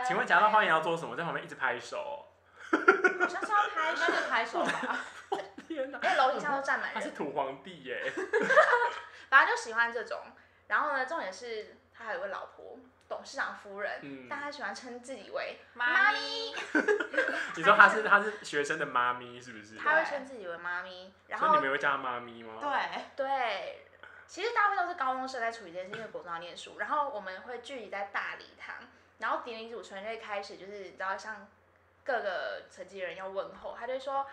S1: 请问夹到花园要做什么？在旁边一直拍手。
S2: 好像是要 拍
S3: 应该是拍手吧。
S1: 天哪！
S2: 因为楼梯上都站满
S1: 他是
S2: 人，
S1: 土皇帝耶！
S2: 反正就喜欢这种。然后呢，重点是他还有个老婆，董事长夫人，
S1: 嗯，
S2: 但他喜欢称自己为
S3: 妈
S2: 咪，
S1: 你说他是他是学生的妈咪是不是？
S2: 他会称自己为妈咪。然
S1: 所以你
S2: 后啊
S1: 们会叫他妈咪吗？
S3: 对，
S2: 对，其实大部分都是高中生在处理这件事，因为国中要念书。然后我们会聚集在大礼堂，然后典礼主持人就会开始，就是你知道，像各个成绩人要问候，他就会说。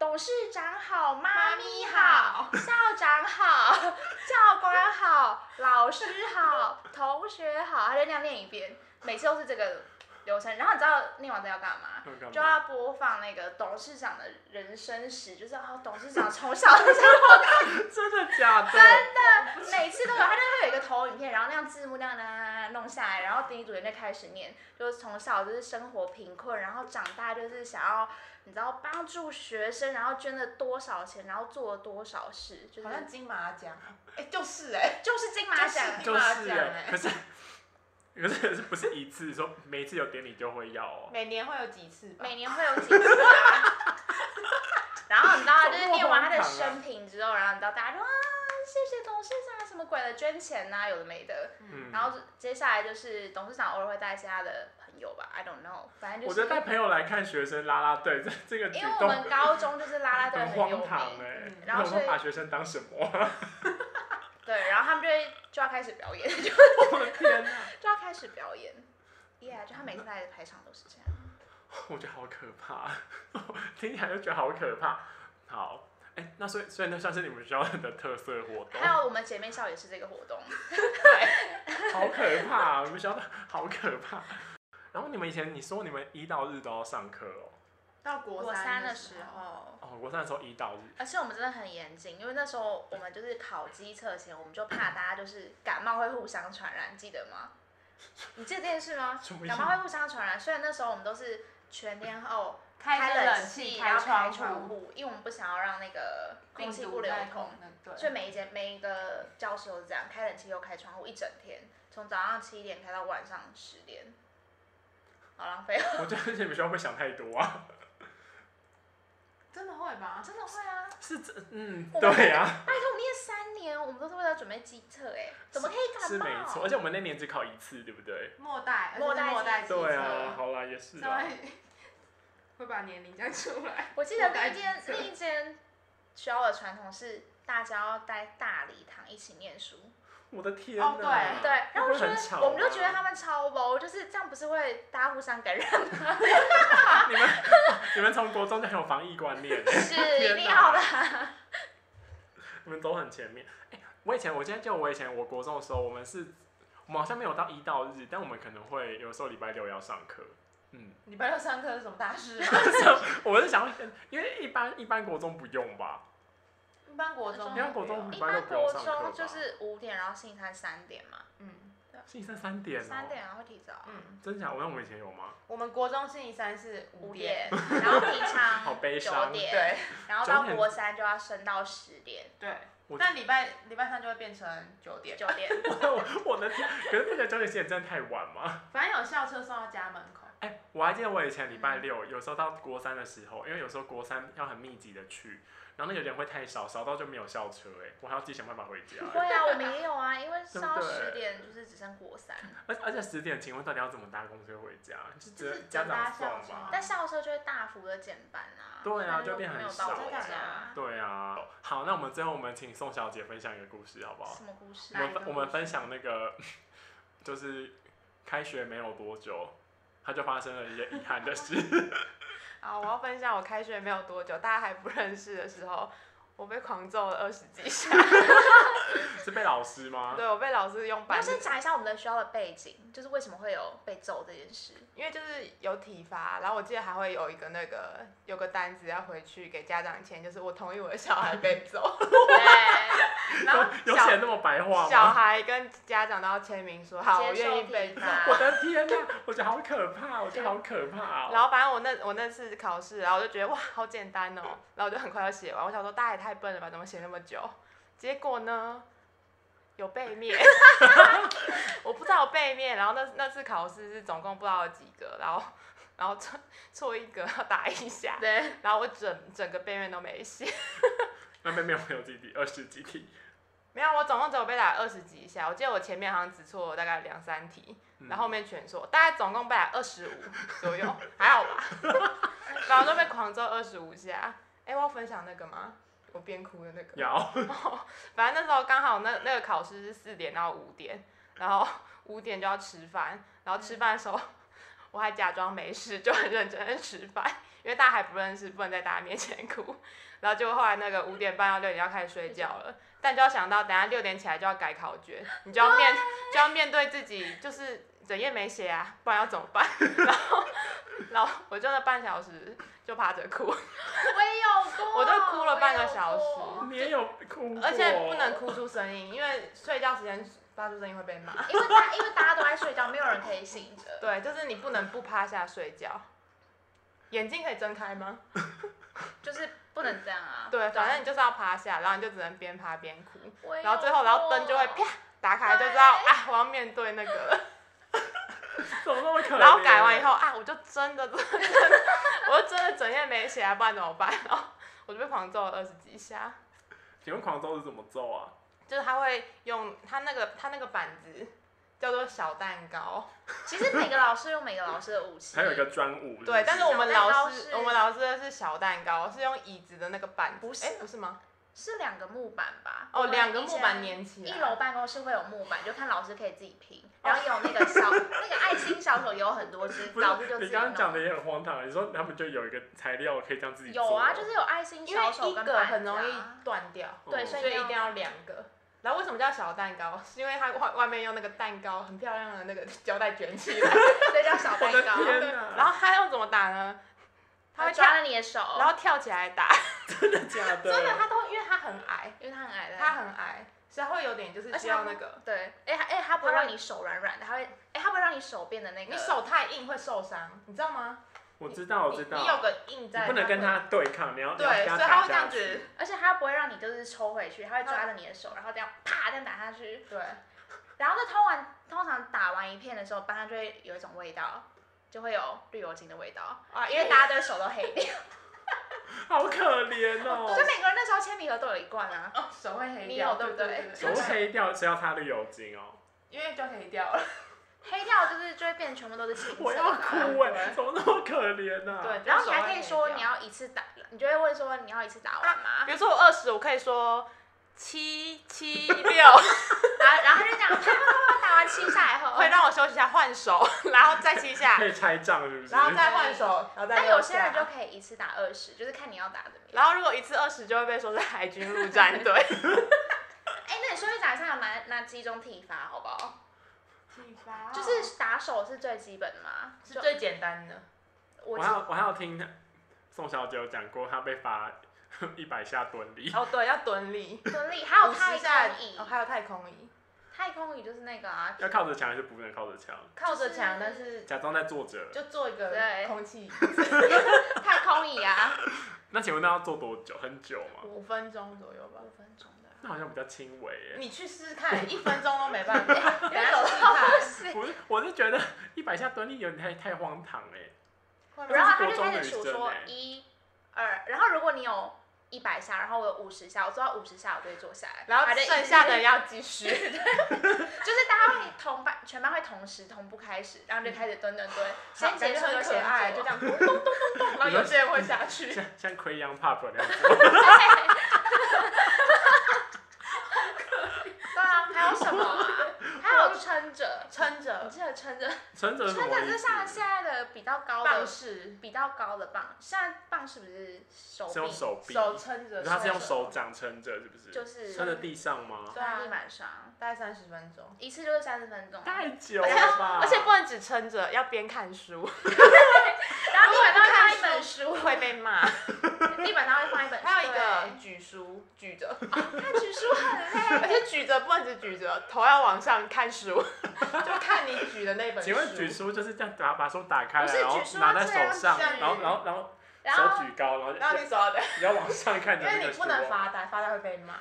S2: 董事长好，妈咪好，校长好，教官好，老师好，同学好，他就那样念一遍，每次都是这个流程。然后你知道念完之后要干嘛？
S1: 会干嘛
S2: 就要播放那个董事长的人生史，就是哦，董事长从小到大，
S1: 真的假的？真
S2: 每次都有，他就会有一个投影片，然后那样字幕那样啦啦啦弄下来，然后丁主任就开始念，就是从小就是生活贫困，然后长大就是想要，你知道帮助学生，然后捐了多少钱，然后做了多少事，就是
S3: 好像金马奖，哎，就是哎，
S2: 就是金马奖，
S3: 就
S1: 就是
S3: 金马奖
S1: 耶
S3: 欸。
S1: 可是 可是可是不是一次说每次有典礼就会要哦？
S3: 每年会有几次吧？
S2: 每年会有几次啊？然后你知道，就是念完他的生平之后，然后你知道大家就啊，谢谢董事长啊什么鬼的捐钱啊呐、有的没的。
S1: 嗯，
S2: 然后就接下来就是董事长偶尔会带一些他的朋友吧，I don't know，反正就
S1: 我
S2: 是
S1: 觉得带朋友来看学生啦啦队，这这个举
S2: 因为我
S1: 动
S2: 们高中就是啦啦队
S1: 很
S2: 很有
S1: 荒唐
S2: 名，
S1: 哎、
S3: 嗯
S2: 然后
S1: 那我
S2: 所以
S1: 们把学生当什 么？
S2: 对，然后他们就会就要开始表演，就
S1: 我的天哪！
S2: 就要开始表演。Yeah，就他每次来的排场都是这样。
S1: 我觉得好可怕， 听起来就觉得好可怕。好，哎、那所以所以那算是你们学校的特色活动
S2: 还，有我们姐妹校也是这个活动，
S1: 好可怕、你们学校的好可怕。然后你们以前你说你们一到日都要上课哦，
S3: 到国
S2: 国三
S3: 的
S2: 的时，候，
S1: 哦，我那时候一到日，
S2: 而且我们真的很严谨，因为那时候我们就是考机测前，我们就怕大家就是感冒会互相传染，记得吗？ 你记得这件事吗
S1: 什么？意思
S2: 感冒会互相传染，虽然那时候我们都是全天候
S3: 开着
S2: 冷
S3: 冷气，
S2: 然后开
S3: 窗
S2: 窗，户，因为我们不想要让那个空
S3: 病
S2: 气
S3: 毒
S2: 不流
S3: 在
S2: 通。
S3: 那对，
S2: 所以每一节每一个教室都是这样，开冷气又开窗户一整天，从早上七点开到晚上十点，好浪 费哦。
S1: 我觉得你们学校会想太多啊。
S3: 真的会吧？
S2: 真的会啊，
S1: 是这，嗯，
S2: 我们
S1: 对呀、
S2: 拜托我们念三年，我们都是为了准备机测哎，怎么可以感
S1: 是
S2: 冒？
S1: 没错。而且我们那年只考一次，对不对？
S3: 末代，
S2: 末代
S3: 而且是末代机
S2: 机测
S1: 对
S3: 车
S1: 啊，，好啦，也是
S3: 稍
S1: 啊。
S3: 微会把年龄讲出来。
S2: 我记得
S3: 末代
S2: 那一间
S3: 机测
S2: 那一间学校的传统是大家要待大礼堂一起念书，
S1: 我的天
S3: 哦
S1: 哪
S3: 对
S2: 对，然后
S1: 嗯
S2: 我
S1: 会不
S2: 觉
S1: 会
S2: 得
S1: 很吵啊
S2: 我们就觉得他们超 low，就是这样不是会大家互相感染 吗？
S1: 你们你们从国中就很有防疫观念，
S2: 是一定
S1: 天
S2: 要
S1: 哪
S2: 的，
S1: 你们走很前面。哎、我以前我今天就我以前我国中的时候，我们是我们好像没有到一到日，但我们可能会有时候礼拜六要上课。嗯，
S3: 礼拜六上课是什么大事？
S1: 我是想，因为一般一般国中不用吧？
S3: 一般国中，
S2: 一
S1: 般国中
S2: 一
S1: 礼拜六
S2: 般
S1: 不用
S2: 国
S1: 上课吧
S2: 中就是五点，然后星期三三点嘛。
S3: 嗯
S1: 星期三三点哦、
S2: 三点啊，会提早。
S3: 嗯，
S1: 真假？我那我们以前有吗？
S3: 我们国中星期三是
S2: 五
S3: 五点，
S2: 点，然后平
S1: 好
S2: 常
S1: 悲
S2: 啊九
S1: 伤。
S2: 点，
S3: 对
S2: 然后到国三就要升到十点、
S3: 对
S1: 我，
S3: 但礼拜礼拜三就会变成九点，
S2: 九 点。
S1: 我 我的天，可是这个九点十点真的太晚吗？
S3: 反正有校车送到家门口。
S1: 哎、我还记得我以前礼拜六有时候到国三的时候，因为有时候国三要很密集的去，然后那个人会太少，少到就没有校车哎、我还要自己想办法回家、哎
S2: 会啊，我们也有啊，因为升到
S1: 对不对
S2: 十点就是只剩国三，
S1: 而而且十点，请问到底要怎么搭公车回家？就只
S3: 就是
S1: 能家
S3: 搭
S1: 长送
S3: 校车
S1: 吧？
S2: 但校车就会大幅的减半啊。
S1: 对啊
S2: 所以
S1: 就变很
S2: 没有到
S1: 少
S3: 真
S2: 国
S3: 的
S2: 家
S3: 啊。
S1: 对啊，好，那我们最后我们请宋小姐分享一个故事好不好？
S2: 什么故事
S1: 我
S3: 哪？
S1: 们
S3: 一个
S1: 分我们
S3: 故事
S1: 分享那个， 就是开学没有多久，它就发生了一些遗憾的事。
S3: 好，我要分享我开学没有多久，大家还不认识的时候，我被狂揍了二十几下。
S1: 是被老师吗？
S3: 对，我被老师用
S2: 你
S3: 板
S2: 要，先讲一下我们的学校的背景，就是为什么会有被揍这 件事。
S3: 因为就是有体罚，然后我记得还会有一个那个有个单子要回去给家长签，就是我同意我的小孩被 揍，
S2: 对，
S3: 然后
S1: 有
S3: 小
S1: 写那么白话
S3: 小
S1: 吗？
S3: 孩跟家长都要签名说好，我
S2: 接
S3: 愿
S2: 受
S3: 意被
S2: 体
S3: 揍。
S2: 罚
S1: 我。的天呐，我觉得好可怕，我觉得好可怕哦。
S3: 然后反正我那我那次考试，然后我就觉得哇好简单哦，然后我就很快就写完。我想说大家也太笨了吧，怎么写那么久？结果呢，有背面， 我不知道有背面。然后那那次考试是总共不知道有几个，然后 然后错错一个要打一下，
S2: 对，
S3: 然后我整整个背面都没写。
S1: 那边没有没有几题，二十几题。
S3: 没有，我总共只有被打二十几下，我记得我前面好像只错了大概两三题，
S1: 嗯
S3: 然后后面全错，大概总共被打二十五左右，还好吧？ 然后就被狂揍二十五下。哎、我要分享那个吗？我边哭的那个。
S1: 要
S3: 反正那时候刚好那那个考试是四点到五点，然后 五点就要吃饭，然后吃饭的时候我还假装没事，就很认真的吃饭，因为大家还不认识，不能在大家面前哭。然后就后来那个五点半到六点要开始睡觉了，但就要想到等下六点起来就要改考卷，你就要面就要面对自己就是整夜没写啊，不然要怎么办？ 然后然后我就那半小时就趴着哭，
S2: 我也有过，
S3: 我都哭了半个小时
S2: 我也有过
S1: 你也有啊哭过，
S3: 而且不能哭出声音，因为睡觉时间发出声音会被骂。
S2: 因为大因为大家都在睡觉，没有人可以醒着。
S3: 对，就是你不能不趴下睡觉，眼睛可以睁开吗？
S2: 就是不能这样啊。
S3: 对，反正你就是要趴下，然后你就只能边趴边哭，
S2: 我也有
S3: 然后最后，然后灯就会
S2: 过
S3: 啪打开，就知道啊，我要面对那个了。
S1: 怎么那么可怜？
S3: 然后改完以后，啊，我就真的真的，真的我就真的整夜没起来，不然怎么办？然后我就被狂揍了二十几下，
S1: 请问狂揍是怎么揍啊？
S3: 就是他会用他那个他那个板子叫做小蛋糕。
S2: 其实每个老师有每个老师的武器，
S1: 还有一个专武，
S3: 对，但是我们
S2: 小蛋
S3: 老
S2: 糕
S3: 师
S2: 是
S3: 我们老师的是小蛋糕，是用椅子的那个板子，
S2: 不是
S3: 哎、不是吗？
S2: 是两个木板吧？
S3: 哦，
S2: 我们
S3: 两个木板
S2: 以前
S3: 粘起来。哦
S2: 一楼办公室会有木板，就看老师可以自己拼，然后有那个小那个爱心小手也有很多只，
S1: 不
S2: 老师就是自
S1: 你
S2: 己
S1: 刚刚讲的
S2: 弄。
S1: 也很荒唐，你说他们就有一个材料可以这样自己
S2: 有啊，
S1: 做
S2: 就是有爱心
S3: 因为
S2: 小手
S3: 一
S2: 跟
S3: 个
S2: 板
S3: 很
S2: 子啊
S3: 容易断掉，
S2: 对
S1: 嗯
S2: 所
S3: 所
S2: 以
S3: 以
S2: 一定要
S3: 一定要两个。然后为什么叫小蛋糕？ 是因为它外外面用那个蛋糕很漂亮的 那个胶带卷起来，
S2: 所以叫小蛋
S1: 我的
S2: 糕。
S1: 天
S3: 然
S1: 哪！
S3: 后它要怎么打呢？
S2: 他
S3: 他
S2: 会
S3: 会跳
S2: 抓，着你的手，
S3: 然后跳起来打。
S1: 真的假的？
S3: 真的，他都因为他很矮，
S2: 因为他很矮的，
S3: 他很矮，所以他会有点就是而需且他要那不个，
S2: 对，哎、他哎、他不会
S3: 他会
S2: 让你手软软的，他会哎、他不会让你手变得那个，
S3: 你手太硬会受伤，你知道吗？
S1: 我知道，我
S3: 你
S1: 知
S3: 你有
S1: 道，
S3: 个硬
S1: 你
S3: 在，
S1: 不能跟
S3: 会
S1: 他对抗，你要你要
S3: 对，
S1: 跟
S3: 所以他
S1: 打
S3: 会这样
S1: 下
S3: 子
S1: 去。，
S2: 而且他不会让你就是抽回去，他会
S3: 他
S2: 抓着你的手，然后这样啪这样打下去，
S3: 对，
S2: 然后呢，通完通常打完一片的时候，班上就会有一种味道，就会有绿油精的味道
S3: 哦
S2: 啊，因为大家的手都黑掉，
S1: 好可怜
S2: 所
S1: 哦
S2: 以，每个人那时候铅笔盒都有一罐啊，
S3: 哦，手会黑掉，
S2: 你有对
S3: 对
S2: 不对
S3: 对
S1: 手黑掉，谁要擦绿油精哦？
S3: 因为就黑掉了，
S2: 黑掉就是就会变全部都是青色
S1: 我要
S2: 的。
S1: 哭哎、怎么那么可怜啊呢、
S3: 对，
S2: 然后你还可以说你
S3: 要，
S2: 要一次打，你就会问说你要一次打完吗？
S3: 比如说我二十，我可以说七七六，
S2: 然后然后他就这样啪啪啪啪打完七下来后，
S3: 会让我休息一下换手， 然后再七下
S1: 可，以拆账是不是？
S3: 然后再换手，然后再
S2: 但
S3: 六
S2: 有些人
S3: 下
S2: 就可以一次打二十，就是看你要打怎么样。
S3: 然后如果一次二十就会被说是海军陆战队。
S2: 哎、那你说一打一下拿拿几种体罚好不好？就
S3: 就是
S2: 是打手是最基本的嘛，
S3: 哦是
S2: 就
S3: 最哦简单的，
S1: 我
S2: 我记
S1: 还有我还有听宋小姐有讲过，她被罚 一百下蹲立，
S3: 哦对，要蹲立，
S2: 蹲立，还有
S3: 五十
S2: 太
S3: 下
S2: 空椅，
S3: 哦还有太空椅，
S2: 太空椅就是那个啊，
S1: 要靠着墙还是不能靠着墙？
S3: 靠着
S2: 就是
S3: 墙，但呃是
S1: 假装在坐着。
S3: 就做一个
S2: 对
S3: 空气椅
S2: 太空椅啊，
S1: 那请问那要坐多久？很久吗？
S3: 五分钟左右吧。
S2: 五分钟的啊，
S1: 那好像比较轻微耶、
S3: 你去试试 看，一分钟都没 办法，
S2: 等
S3: 等下试试看。
S2: 是。
S1: 我是我是觉得一百下蹲立有点太太荒唐哎、
S3: 会吗
S2: 然后
S1: 这是
S2: 他就
S1: 国中
S2: 开
S1: 的
S2: 始
S1: 女
S2: 数
S1: 生
S2: 说
S1: 欸
S2: 一、二，然后如果你有一百下，然后我有五十下，我做到五十下我就会坐下来，
S3: 然后
S2: 他就一
S3: 剩下的要继续。
S2: 就是大家会同班，全班会同时同步开始，然后就开始蹲蹲蹲，先
S3: 感觉
S2: 结束就
S3: 很可
S2: 先
S3: 爱，哦就
S2: 做
S3: 这样咚咚咚咚 咚，然后有些人会下去。
S1: 像像 c r a y o n Pop 那样子。
S2: 对啊，还有什 么啊？还有撑着，
S3: 撑
S2: 你
S3: 着
S2: 记 得撑着，
S1: 撑着是什
S2: 撑
S1: 么
S2: 着
S1: 意
S2: 就像
S1: 思
S2: 现？在的比较高
S3: 棒
S2: 的，
S3: 式，
S2: 比较高的棒，现在棒是不是手
S1: 是用
S2: 臂？
S1: 手臂，
S3: 手撑着，
S1: 他是用
S3: 着
S1: 手掌撑着，是不是？
S2: 就是
S1: 撑在地上吗？
S3: 对啊
S2: 地板上，
S3: 大概三十分钟，
S2: 一次就是三十分钟，
S1: 太久了吧！
S3: 而且不能只撑着，要边看 书，
S2: 然后地板上会放
S3: 如
S2: 一
S3: 果
S2: 本
S3: 不
S2: 书，
S3: 会被骂。
S2: 地板上会放一本书，
S3: 还有一个举书，举 着，
S2: 对，看举书很
S3: 而
S2: 累。
S3: 且举着不能只举着，头要往上看 书，就看你举的那本书。
S1: 请问举书就是这样打把手打开
S2: 不是
S1: 来，然后
S2: 举书啊
S1: 拿在
S2: 要这样
S1: 手上，
S3: 这样
S1: 然后然后然后
S2: 然
S1: 手
S2: 后，
S1: 举高，然后
S3: 然后
S1: 要
S3: 你手要的，
S1: 要往上看
S3: 因
S1: 着那
S3: 为
S1: 个
S3: 你
S1: 书
S3: 不能
S1: 哦。
S3: 发呆，发呆会被骂。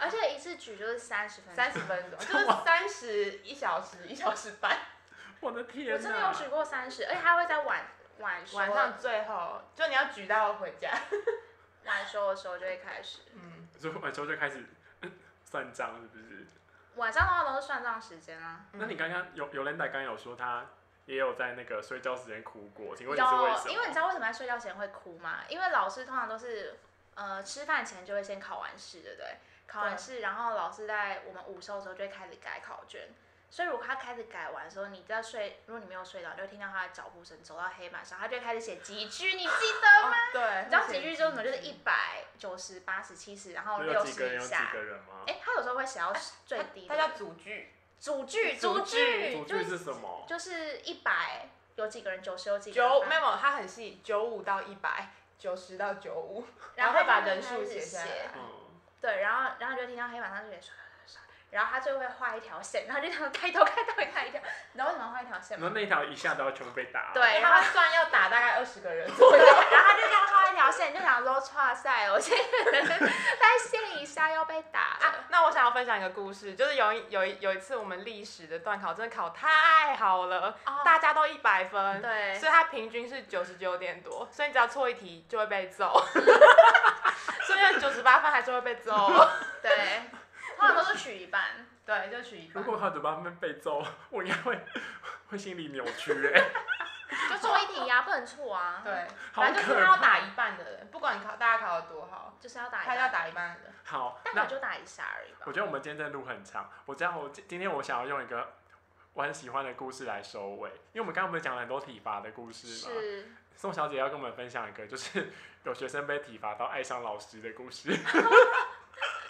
S2: 而且一次举就是三十分钟，
S3: 三十分 钟，就是三十一小时，一小时半，
S1: 我的
S2: 我
S1: 天
S2: 真的有
S1: 哪！
S2: 举过三十，而且他会在晚晚说
S3: 晚上最后就你要举到回家。
S2: 晚修的时候就会开始，
S3: 嗯，
S1: 所以我之后就开始 嗯算账，是不是？
S2: 晚上通常都是算账时间啊。
S1: 那你刚刚有有 Linda 刚刚有说她也有在那个睡觉时间哭过，请问你是为什
S2: 有，
S1: 么？
S2: 因为你知道为什么在睡觉前会哭吗？因为老师通常都是呃吃饭前就会先考完试，对不对？考完试，然后老师在我们午休的时候就会开始改考卷。所以如果他开始改完的时候，你在睡，如果你没有睡着，你就会听到他的脚步声走到黑板上，他就会开始写几句，你记
S3: 哦
S2: 得吗？
S3: 嗯对，嗯
S2: 你知道几句就是什么？就是一百九十、八十、七十，然后
S1: 有
S2: 六
S1: 几个
S2: 十
S1: 人
S2: 以
S1: 有几
S2: 下
S1: 个。人吗？
S2: 哎，他有时候会写到最低
S3: 它
S2: 的，
S3: 叫组句，
S2: 组句，
S3: 组
S2: 组
S3: 句
S2: 句，
S1: 主
S2: 就
S1: 句
S2: 是
S1: 是什么？
S2: 就是一百有几个人，九十有几个人，
S3: 九没有没有，它很细，九五到一百，九十到九五，然
S2: 然后
S3: 后
S2: 会
S3: 会
S2: 把
S3: 把
S2: 人
S3: 人
S2: 数
S3: 数
S2: 写
S3: 写
S2: 下
S3: 下
S2: 来
S3: 来。
S1: 嗯，
S2: 对，然后然后你就听到黑板上就写刷刷刷，然后他就会画一条线，然后就想开头开头开一条，你知道为什么画一条线
S1: 然后
S2: 吗？
S1: 那一条一下都要全部被打。啊
S2: 对
S3: 它会算要打大概二十个人
S2: 对，然后他就这样画一条线，你就想说，哇塞，我现在在线以下要被打
S3: 啊
S2: 了。。
S3: 那我想要分享一个故事，就是有一有一有一次我们历史的段考真的考太好了，
S2: 哦
S3: 大家都一百分，
S2: 对
S3: 所以它平均是九十九点多，所以你只要错一题就会被 揍，所以九十八分还是会被 揍。
S2: 对，通常都是取一半。
S3: 对，就取一
S1: 如
S3: 半，
S1: 果他嘴巴被被揍，我应该会 会心理扭曲哎，
S2: 就错一题呀、不能错啊。，
S3: 对，
S1: 好
S3: 反正就是
S1: 可
S3: 他要打
S1: 怕。
S3: 一半的人，不管你考大家考的多好，
S2: 就是要打一
S3: 他要
S2: 半，
S3: 打一半的人。
S1: 好，那
S2: 但我就打一下而已吧
S1: 我。觉得我们今天这路很长，我这样我今今天我想要用一个我很喜欢的故事来收尾，因为我们刚刚不是讲了很多体罚的故事嘛。
S2: 是，
S1: 宋小姐要跟我们分享一个，就是 有学生被体罚到爱上老师的故事。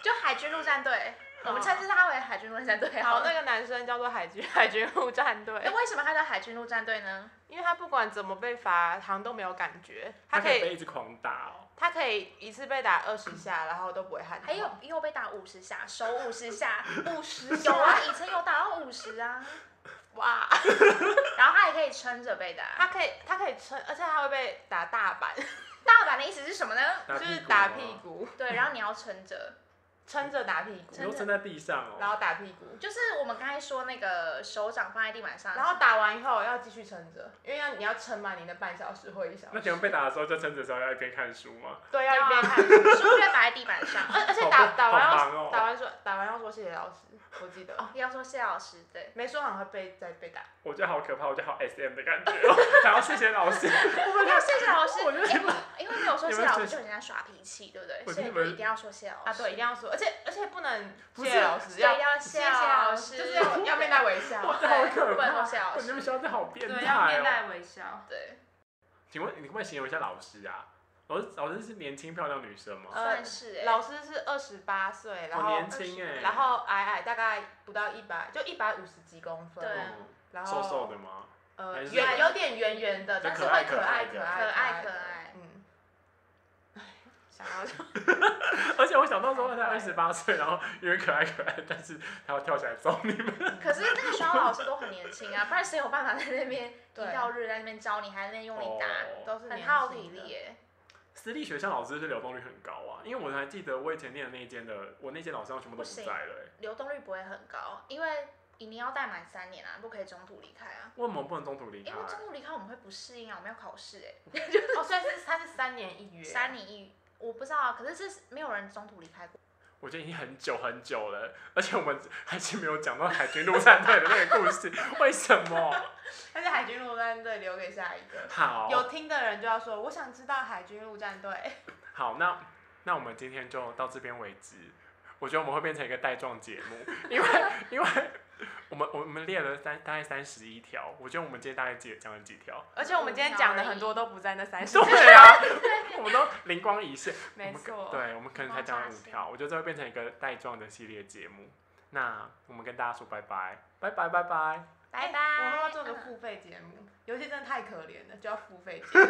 S2: 就海军陆战队，我们称之他为海军陆战队
S3: 哦
S2: 好
S3: 好，
S2: 了。
S3: 那个男生叫做海军海军陆战队
S2: 哎，，为什么他叫海军陆战队呢？
S3: 因为他不管怎么被罚，好像都没有感觉，他
S1: 他
S3: 可
S1: 可以
S3: 以
S1: 被一直狂打哦。
S3: 他可以一次被打二十下，然后都不会喊痛。
S2: 还有又被打五十下，手五十下，
S3: 五十
S2: 有啊，以前有打到五十啊，
S3: 哇，
S2: 然后他也可以撑着被打。
S3: 他可以他可以撑，而且他会被打大板，
S2: 大阪的意思是什么呢？
S1: 打
S3: 就是
S1: 股哦
S3: 打
S1: 吗
S3: 屁，股，
S2: 对，然后你要撑着，
S3: 撑着打屁
S1: 你
S3: 股，
S1: 都
S2: 真的
S1: 站在地上哦。
S3: 然后打屁股，
S2: 就是我们刚才说那个手掌放在地板上，
S3: 然后打完以后要继续撑着，因为要你要撑满你的半小时或一小
S1: 那
S3: 时，
S1: 你们被打的时候，就撑着的时候要一边看书吗？
S3: 对，要一边看。
S2: 书就摆在地板上。
S3: 而 而且
S1: 好
S3: 打
S1: 不
S3: 打完
S1: 好
S3: 要
S1: 忙哦
S3: 打完说打完要说谢谢老师，我记得
S2: 哦，要说谢老师，对，
S3: 没说好像会被再被打。
S1: 我觉得好可怕，我觉得好 S M 的感觉哦。然后谢谢老师，
S2: 我们要谢谢老师，因为因为没有说
S1: 你
S2: 谢
S1: 们
S2: 老师
S1: 是
S2: 就人家耍脾气，对不对？
S1: 我
S2: 所以
S1: 觉
S2: 就
S1: 得
S2: 一定要说谢老师
S3: 啊，对，一定要说，而且而且不能
S1: 不
S3: 谢
S1: 是
S3: 谢老师，
S2: 对，
S3: 要
S2: 要
S3: 谢
S2: 谢
S3: 谢老
S2: 老
S3: 师，
S2: 师，
S3: 就是要要面带微笑。
S1: 这好可
S2: 不能
S1: 怕
S2: 说谢老
S1: 我你们
S2: 师，
S1: 小姐好变
S4: 对，
S3: 啊
S4: 要面
S1: 态哦。
S4: 带微笑。
S2: 对，
S1: 请问你可不可以形容一下老师啊？老师老师是年轻漂亮女生吗？
S3: 呃
S2: 算是哎
S3: 老师是二十八岁，然
S1: 好
S3: 后嗯
S1: 年轻哎、
S3: 然后矮矮，大概不到一百，就一百五十几公分，
S2: 对
S1: 嗯
S3: 然后
S1: 瘦瘦的吗？
S3: 呃
S1: 还是
S3: 圆有点圆圆的，
S1: 就
S3: 但是
S1: 可
S3: 会
S1: 爱
S3: 可
S1: 可爱
S3: 爱
S1: 的
S3: 可
S2: 可爱
S3: 爱
S2: 可
S3: 的
S2: 爱，
S3: 嗯，想要
S1: 而且我想到说他二十八岁，然后因为可爱可爱，但是他要跳起来揍你们。
S2: 可是那个学校老师都很年轻啊，不然谁有办法在那边一
S3: 对
S2: 到日在那边教你，还在那边用力打，
S1: 哦
S3: 都是
S2: 很
S3: 年
S2: 耗
S3: 轻
S2: 体
S3: 的
S2: 力耶。
S1: 私立学校老师是流动率很高啊，因为我还记得我以前念的那一间的，我那间老师好像全部都
S2: 不
S1: 不
S2: 行
S1: 在了、欸。
S2: 流动率不会很高，因为你要待满三年啊，不可以中途离开啊。
S1: 为什么不能中途离开
S2: 因？为中途离开我们会不适应啊，我们要考试哎、
S3: 哦，所以是他是三年一约，
S2: 三年一，我不知道啊，可是这是没有人中途离开过。
S1: 我觉得已经很久很久了，而且我们还是没有讲到海军陆战队的那个故 事，为什么？
S3: 但是海军陆战队留给下一个。
S1: 好，
S3: 有听的人就要说，我想知道海军陆战队。
S1: 好，那那我们今天就到这边为止。我觉得我们会变成一个带状节目，因为因为我们我们列了三大概三十一条，我觉得我们今天大概只讲了几
S2: 哦
S1: 条。
S3: 而且我们今天讲的很多都不在那三十，
S1: 对啊，我们都灵光一现。
S3: 没
S1: 我们
S3: 错。
S1: 对，我们可能才讲了五条，我觉得这会变成一个带状的系列节目。那我们跟大家说拜拜，拜拜拜拜。
S2: 拜拜，
S3: 我们要做个付费节目，尤其真的太可怜了，就要付费节目，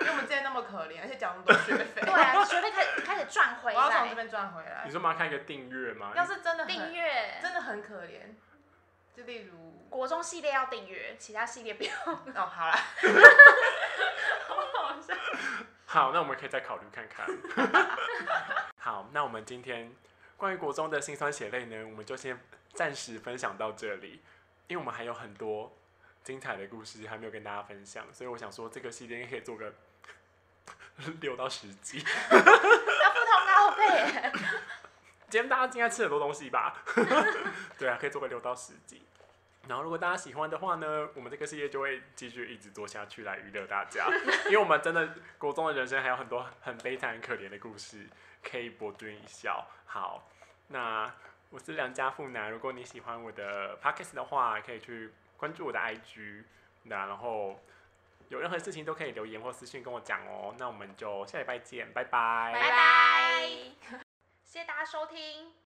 S3: 因为我们之前那么可怜，而且缴那么多学费，
S2: 对啊，学费开始开始赚
S3: 我
S2: 回
S3: 要从这
S2: 来，
S3: 边赚回来
S1: 你。说我们要开一个订阅吗？
S3: 要是真的
S2: 订
S3: 很
S2: 阅
S3: 真的很可怜，就例如
S2: 国中系列要订阅，其他系列不要。
S3: 哦，好啦，
S1: 好，那我们可以再考虑看看。 好，那我们今天关于国中的辛酸血泪呢，我们就先暂时分享到这里，因为我们还有很多精彩的故事还没有跟大家分享，所以我想说这个系列应该可以做个 六到十集。
S2: 要付通告费。
S1: 今天大家应该吃很多东西吧？ 对啊，可以做个六到十集。然后如果大家喜欢的话呢，我们这个系列就会继续一直做下去来娱乐大家，因为我们真的国中的人生还有很多很悲惨、很可怜的故事可以博君一笑。好，那我是良家妇男，如果你喜欢我的 podcast 的话，可以去关注我的 IG，那然后有任何事情都可以留言或私信跟我讲哦。那我们就下礼拜见，拜拜
S2: 拜拜，谢谢大家收听。